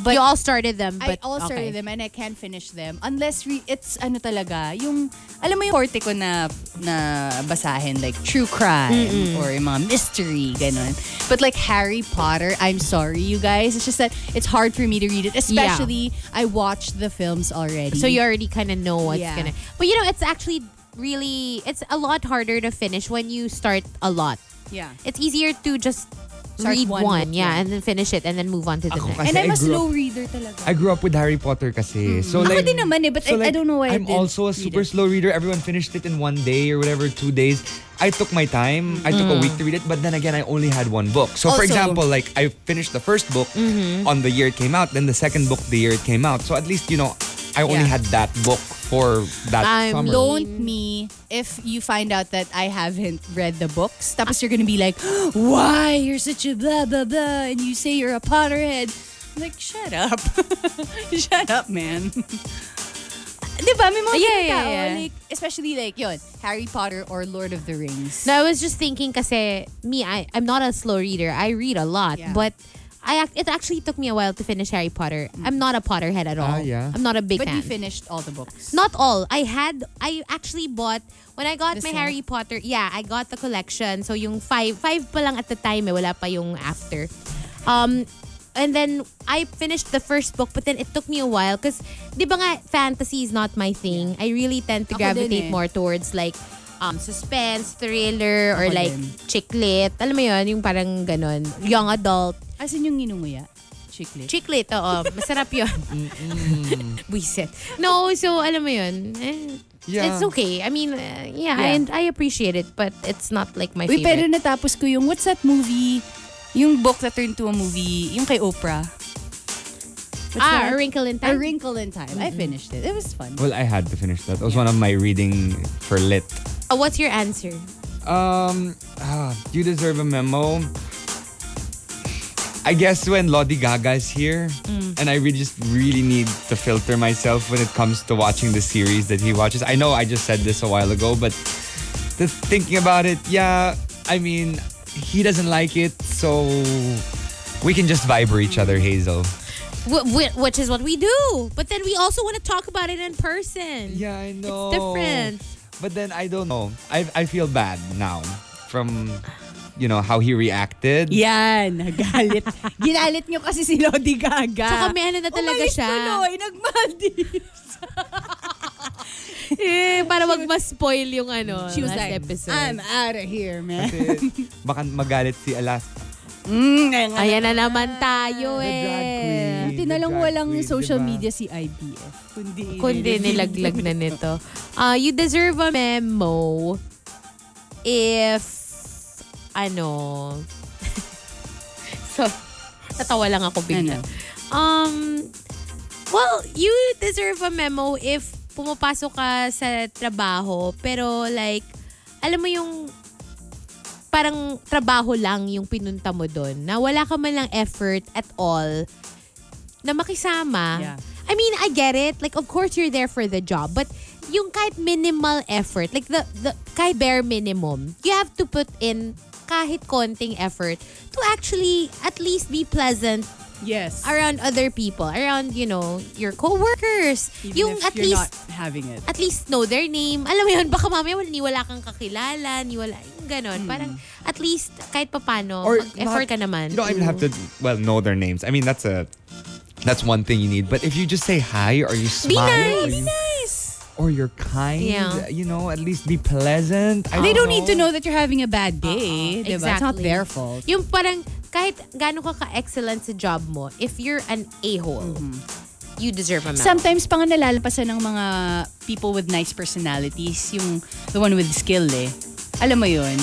[SPEAKER 1] But you all started them. But
[SPEAKER 3] I all
[SPEAKER 1] okay.
[SPEAKER 3] started oh, them and I can't finish them unless re- it's ano talaga yung alam mo yung forte ko na na basahin like true crime or yung mga mystery ganun but like Harry Potter I'm sorry you guys it's just that it's hard for me to read it especially I watched the films already
[SPEAKER 1] So you already kind of know what's
[SPEAKER 3] Yeah.
[SPEAKER 1] gonna. But you know, it's actually really it's a lot harder to finish when you start a lot.
[SPEAKER 3] yeah
[SPEAKER 1] It's easier to just
[SPEAKER 3] Start
[SPEAKER 1] read one,
[SPEAKER 3] one book,
[SPEAKER 1] yeah,
[SPEAKER 3] yeah.
[SPEAKER 1] and then finish it, and then move on to the
[SPEAKER 2] Ako
[SPEAKER 1] next.
[SPEAKER 2] kasi-
[SPEAKER 3] and I'm
[SPEAKER 2] I
[SPEAKER 3] a
[SPEAKER 2] grew
[SPEAKER 3] slow reader talaga
[SPEAKER 2] I grew up with Harry Potter kasi. So
[SPEAKER 3] Ako
[SPEAKER 2] like,
[SPEAKER 3] din naman eh, but I- I don't know why I
[SPEAKER 2] I'm
[SPEAKER 3] didn't
[SPEAKER 2] also a
[SPEAKER 3] read
[SPEAKER 2] super
[SPEAKER 3] it.
[SPEAKER 2] slow reader. Everyone finished it in one day or whatever, two days. I took my time. I took a week to read it, but then again, I only had one book. So for
[SPEAKER 3] Mm. Also- Mm-hmm.
[SPEAKER 2] example, like I finished the first book on the year it came out, then the second book the year it came out. So at least you know, I only
[SPEAKER 3] Yeah.
[SPEAKER 2] had that book for that
[SPEAKER 1] I'm
[SPEAKER 2] summer.
[SPEAKER 1] low-
[SPEAKER 3] Don't me if you find out that I haven't read the books. Tapos you're gonna be like, why? You're such a blah, blah, blah. And you say you're a Potterhead. I'm like, shut up. [LAUGHS] shut up, man. [LAUGHS] diba? May mga
[SPEAKER 1] Ah, Yeah,
[SPEAKER 3] tao,
[SPEAKER 1] yeah, yeah.
[SPEAKER 3] Like, especially like, yun, Harry Potter or Lord of the Rings.
[SPEAKER 1] No, I was just thinking kasi me, I, I'm not a slow reader. I read a lot,
[SPEAKER 3] Yeah.
[SPEAKER 1] but I ac- it actually took me a while to finish Harry Potter. I'm not a Potterhead at all.
[SPEAKER 2] Ah, yeah.
[SPEAKER 1] I'm not a big
[SPEAKER 3] but
[SPEAKER 1] fan.
[SPEAKER 3] you finished all the books.
[SPEAKER 1] Not all. I had I actually bought when I got
[SPEAKER 3] The
[SPEAKER 1] my
[SPEAKER 3] set?
[SPEAKER 1] Harry Potter. Yeah, I got the collection. So yung five five pa lang at the time eh, wala pa yung after. Um and then I finished the first book but then it took me a while cuz 'di ba nga fantasy is not my thing. I really tend to
[SPEAKER 3] Ako din
[SPEAKER 1] gravitate
[SPEAKER 3] eh.
[SPEAKER 1] more towards like um suspense, thriller or
[SPEAKER 3] Ako
[SPEAKER 1] like
[SPEAKER 3] din.
[SPEAKER 1] chick lit. Alam mo 'yun, yung parang ganun, young adult.
[SPEAKER 3] As in yung inunguya? Chiclet?
[SPEAKER 1] Chiclet, oo. Masarap yun. Buisit. No, so alam mo yun. eh,
[SPEAKER 2] Yeah.
[SPEAKER 1] It's okay. I mean, uh, yeah,
[SPEAKER 3] Yeah.
[SPEAKER 1] I, I appreciate it, but it's not like my
[SPEAKER 3] Uy, pero
[SPEAKER 1] favorite.
[SPEAKER 3] natapos ko yung, what's that movie? Yung book that turned to a movie. Yung kay Oprah. What's
[SPEAKER 1] ah, A
[SPEAKER 3] that?
[SPEAKER 1] Wrinkle in
[SPEAKER 3] A
[SPEAKER 1] Time.
[SPEAKER 3] Wrinkle in Time. I finished it. It was fun.
[SPEAKER 2] well, I had to finish that. That was one of my reading for lit.
[SPEAKER 1] Oh, what's your answer?
[SPEAKER 2] Um, ah, you deserve a memo. I guess when Lodi Gaga's here, and I really just really need to filter myself when it comes to watching the series that he watches. I know I just said this a while ago, but the thinking about it, yeah, I mean, he doesn't like it, so we can just viber each other, Hazel.
[SPEAKER 1] Wh- wh- which is what we do. But then we also want to talk about it in person.
[SPEAKER 2] Yeah, I know.
[SPEAKER 1] different.
[SPEAKER 2] But then I don't know. I I feel bad now from you know how he reacted.
[SPEAKER 3] Yan, [LAUGHS] nagalit. Ginalit niyo kasi si Lodi
[SPEAKER 2] Ah.
[SPEAKER 1] Tsaka
[SPEAKER 3] Gaga.
[SPEAKER 1] may
[SPEAKER 2] Oh
[SPEAKER 1] ano na talaga
[SPEAKER 3] Umalis
[SPEAKER 1] siya.
[SPEAKER 3] tuloy, nagmaldi.
[SPEAKER 1] Eh, para wag ma-spoil yung ano, last episode.
[SPEAKER 3] I'm out of here, [LAUGHS] man.
[SPEAKER 2] Kasi baka magalit si Alas.
[SPEAKER 3] Mm, nga, nga.
[SPEAKER 1] Ayan na naman tayo
[SPEAKER 2] "Ah, The
[SPEAKER 1] eh.
[SPEAKER 2] drag queen.
[SPEAKER 3] Buti na lang
[SPEAKER 2] The drag
[SPEAKER 3] walang
[SPEAKER 2] queen,
[SPEAKER 3] social
[SPEAKER 2] diba?
[SPEAKER 3] media si IBF. Kundi,
[SPEAKER 1] kundi nilaglag na nito. Uh, you deserve a memo if ano [LAUGHS] so natawa lang ako bigla.
[SPEAKER 3] Ano?
[SPEAKER 1] Um well, you deserve a memo if pumapasok ka sa trabaho pero like alam mo yung parang trabaho lang yung pinunta mo doon na wala ka man lang effort at all na makisama.
[SPEAKER 3] Yeah.
[SPEAKER 1] I mean, I get it. Like, of course, you're there for the job. But yung kahit minimal effort, like the, the kahit bare minimum, you have to put in kahit konting effort to actually at least be pleasant
[SPEAKER 3] Yes.
[SPEAKER 1] around other people, around, you know, your coworkers.
[SPEAKER 3] Even
[SPEAKER 1] yung
[SPEAKER 3] if
[SPEAKER 1] at
[SPEAKER 3] you're
[SPEAKER 1] least,
[SPEAKER 3] not having it.
[SPEAKER 1] at least know their name. Alam mo yun, baka mamaya wala, niwala kang kakilala, niwala, yung ganon.
[SPEAKER 3] Hmm.
[SPEAKER 1] Parang, at least, kahit papano, mag-effort
[SPEAKER 2] not-
[SPEAKER 1] ka naman.
[SPEAKER 2] You don't even have to well know their names. I mean that's a that's one thing you need. But if you just say hi or you
[SPEAKER 1] Be
[SPEAKER 2] smile
[SPEAKER 1] nice!
[SPEAKER 2] or, you,
[SPEAKER 1] nice!
[SPEAKER 2] or you're kind,
[SPEAKER 1] Yeah.
[SPEAKER 2] you know, at least be pleasant. I
[SPEAKER 3] They don't need to know that you're having a bad day.
[SPEAKER 1] Oo,
[SPEAKER 3] diba? It's not
[SPEAKER 1] exactly.
[SPEAKER 3] their fault.
[SPEAKER 1] Yung parang kahit gaano ka ka-excellent sa job mo, if you're an a-hole,
[SPEAKER 3] Mm-hmm.
[SPEAKER 1] you deserve a medal.
[SPEAKER 3] Sometimes pa nga nalalampasan ng mga people with nice personalities, yung the one with skill eh. Alam mo yun?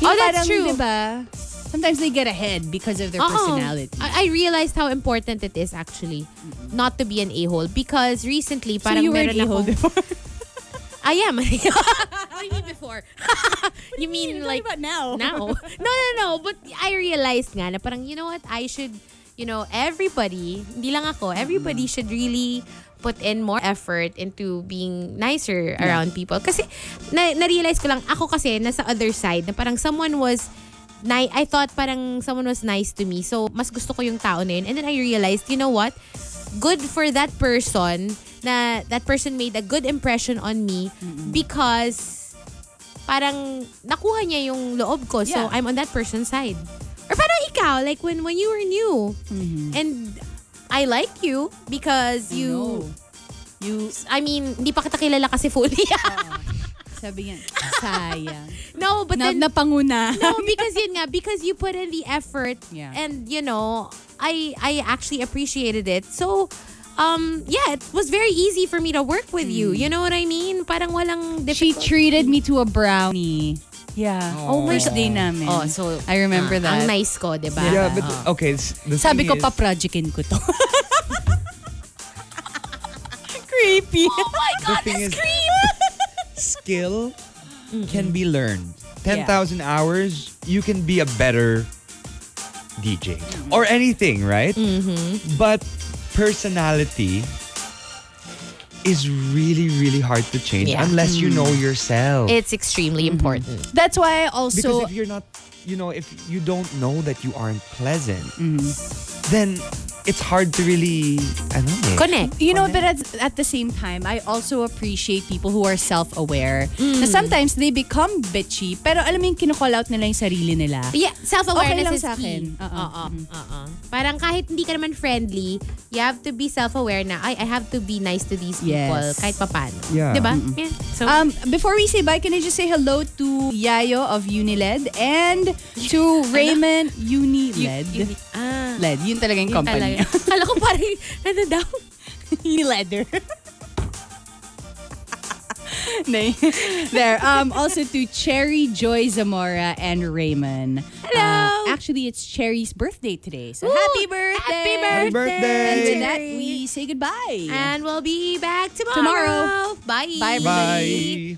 [SPEAKER 1] Oh, that's true.
[SPEAKER 3] Diba, sometimes they get ahead because of their
[SPEAKER 1] Oo.
[SPEAKER 3] personality. Mm-hmm.
[SPEAKER 1] I, I realized how important it is actually not to be an a-hole because recently
[SPEAKER 3] so
[SPEAKER 1] parang
[SPEAKER 3] you were
[SPEAKER 1] meron
[SPEAKER 3] an a-hole [LAUGHS] diba?
[SPEAKER 1] akong-
[SPEAKER 3] before?
[SPEAKER 1] I [LAUGHS] am. what do you mean before? you mean like
[SPEAKER 3] But
[SPEAKER 1] [LAUGHS]
[SPEAKER 3] now?
[SPEAKER 1] now. No, no, no. But I realized nga na parang, you know what, I should, you know, everybody, hindi lang ako, everybody should really put in more effort into being nicer around people. Kasi, na- na-realize ko lang, ako kasi, nasa other side, na parang someone was ni- I thought parang someone was nice to me. So, mas gusto ko yung tao na yun. And then I realized, you know what? Good for that person na that person made a good impression on me because parang nakuha niya yung loob ko. So,
[SPEAKER 3] Yeah.
[SPEAKER 1] I'm on that person's side. Or parang ikaw, like when, when you were new.
[SPEAKER 3] Mm-hmm.
[SPEAKER 1] And I like you because you...
[SPEAKER 3] No.
[SPEAKER 1] [LAUGHS]
[SPEAKER 3] You, uh,
[SPEAKER 1] I mean, hindi pa kita kilala kasi fully. [LAUGHS]
[SPEAKER 3] sabi yan, sayang.
[SPEAKER 1] no, [LAUGHS] but
[SPEAKER 3] na,
[SPEAKER 1] then...
[SPEAKER 3] napanguna. [LAUGHS]
[SPEAKER 1] no, because yun nga, because you put in the effort
[SPEAKER 3] Yeah.
[SPEAKER 1] and you know, I I actually appreciated it. So um yeah, it was very easy for me to work with you. You know what I mean? Parang walang
[SPEAKER 3] Mm. She
[SPEAKER 1] difficult.
[SPEAKER 3] treated me to a brownie. Yeah.
[SPEAKER 2] Oh my
[SPEAKER 3] First
[SPEAKER 2] God.
[SPEAKER 3] day namin.
[SPEAKER 1] oh, so
[SPEAKER 3] I
[SPEAKER 1] ah,
[SPEAKER 3] remember that.
[SPEAKER 1] Ang nice ko, 'di ba?
[SPEAKER 2] Yeah, but
[SPEAKER 1] Oo.
[SPEAKER 2] okay. s- The
[SPEAKER 3] Sabi
[SPEAKER 2] thing is,
[SPEAKER 3] ko, paprojectin ko
[SPEAKER 1] [LAUGHS]
[SPEAKER 3] to. [LAUGHS] Creepy.
[SPEAKER 1] Oh my
[SPEAKER 2] The
[SPEAKER 1] god,
[SPEAKER 2] thing
[SPEAKER 1] that's
[SPEAKER 2] is-
[SPEAKER 1] creep.
[SPEAKER 2] skill
[SPEAKER 1] Mm-hmm.
[SPEAKER 2] can be learned.
[SPEAKER 3] Yeah.
[SPEAKER 2] 10,000 hours, you can be a better DJ or anything, right?
[SPEAKER 1] Mm-hmm.
[SPEAKER 2] But personality is really, really hard to change
[SPEAKER 1] Yeah. Mm.
[SPEAKER 2] unless you know yourself.
[SPEAKER 1] It's extremely
[SPEAKER 3] Mm-hmm.
[SPEAKER 1] important.
[SPEAKER 3] [LAUGHS] That's why I also...
[SPEAKER 2] because if you're not, you know, if you don't know that you aren't pleasant, then it's hard to really, I don't know.
[SPEAKER 1] Connect.
[SPEAKER 3] You know, but at, at the same time, I also appreciate people who are self-aware.
[SPEAKER 1] Mm.
[SPEAKER 3] Na sometimes they become bitchy, pero alam mo yung kinocall out nila yung sarili nila.
[SPEAKER 1] Yeah, self-awareness
[SPEAKER 3] Okay lang
[SPEAKER 1] is
[SPEAKER 3] sa akin. Uh-uh. Mm-hmm.
[SPEAKER 1] key. Oo,
[SPEAKER 3] Oo.
[SPEAKER 1] oo. Parang kahit hindi ka naman friendly, you have to be self-aware na, ay, I have to be nice to these people
[SPEAKER 3] Yes.
[SPEAKER 1] kahit papano.
[SPEAKER 2] Yeah.
[SPEAKER 1] Diba? Yeah. So,
[SPEAKER 3] Um, before we say bye, can I just say hello to Yayo of Uniled and to Raymond Uniled.
[SPEAKER 1] ah,
[SPEAKER 3] Led, yun talaga yung company.
[SPEAKER 1] talaga. [LAUGHS] Kala ko parang, ano daw?
[SPEAKER 3] Unileather. Nay. there. Um, also to Cherry, Joy Zamora, and Raymond. Hello. actually, it's Cherry's birthday today. So happy birthday.
[SPEAKER 1] Happy
[SPEAKER 2] Happy birthday!
[SPEAKER 3] And
[SPEAKER 1] birthday!
[SPEAKER 3] to that, we say goodbye.
[SPEAKER 1] And we'll be back tomorrow.
[SPEAKER 3] Tomorrow.
[SPEAKER 1] Bye.
[SPEAKER 3] Bye, everybody.
[SPEAKER 2] Bye.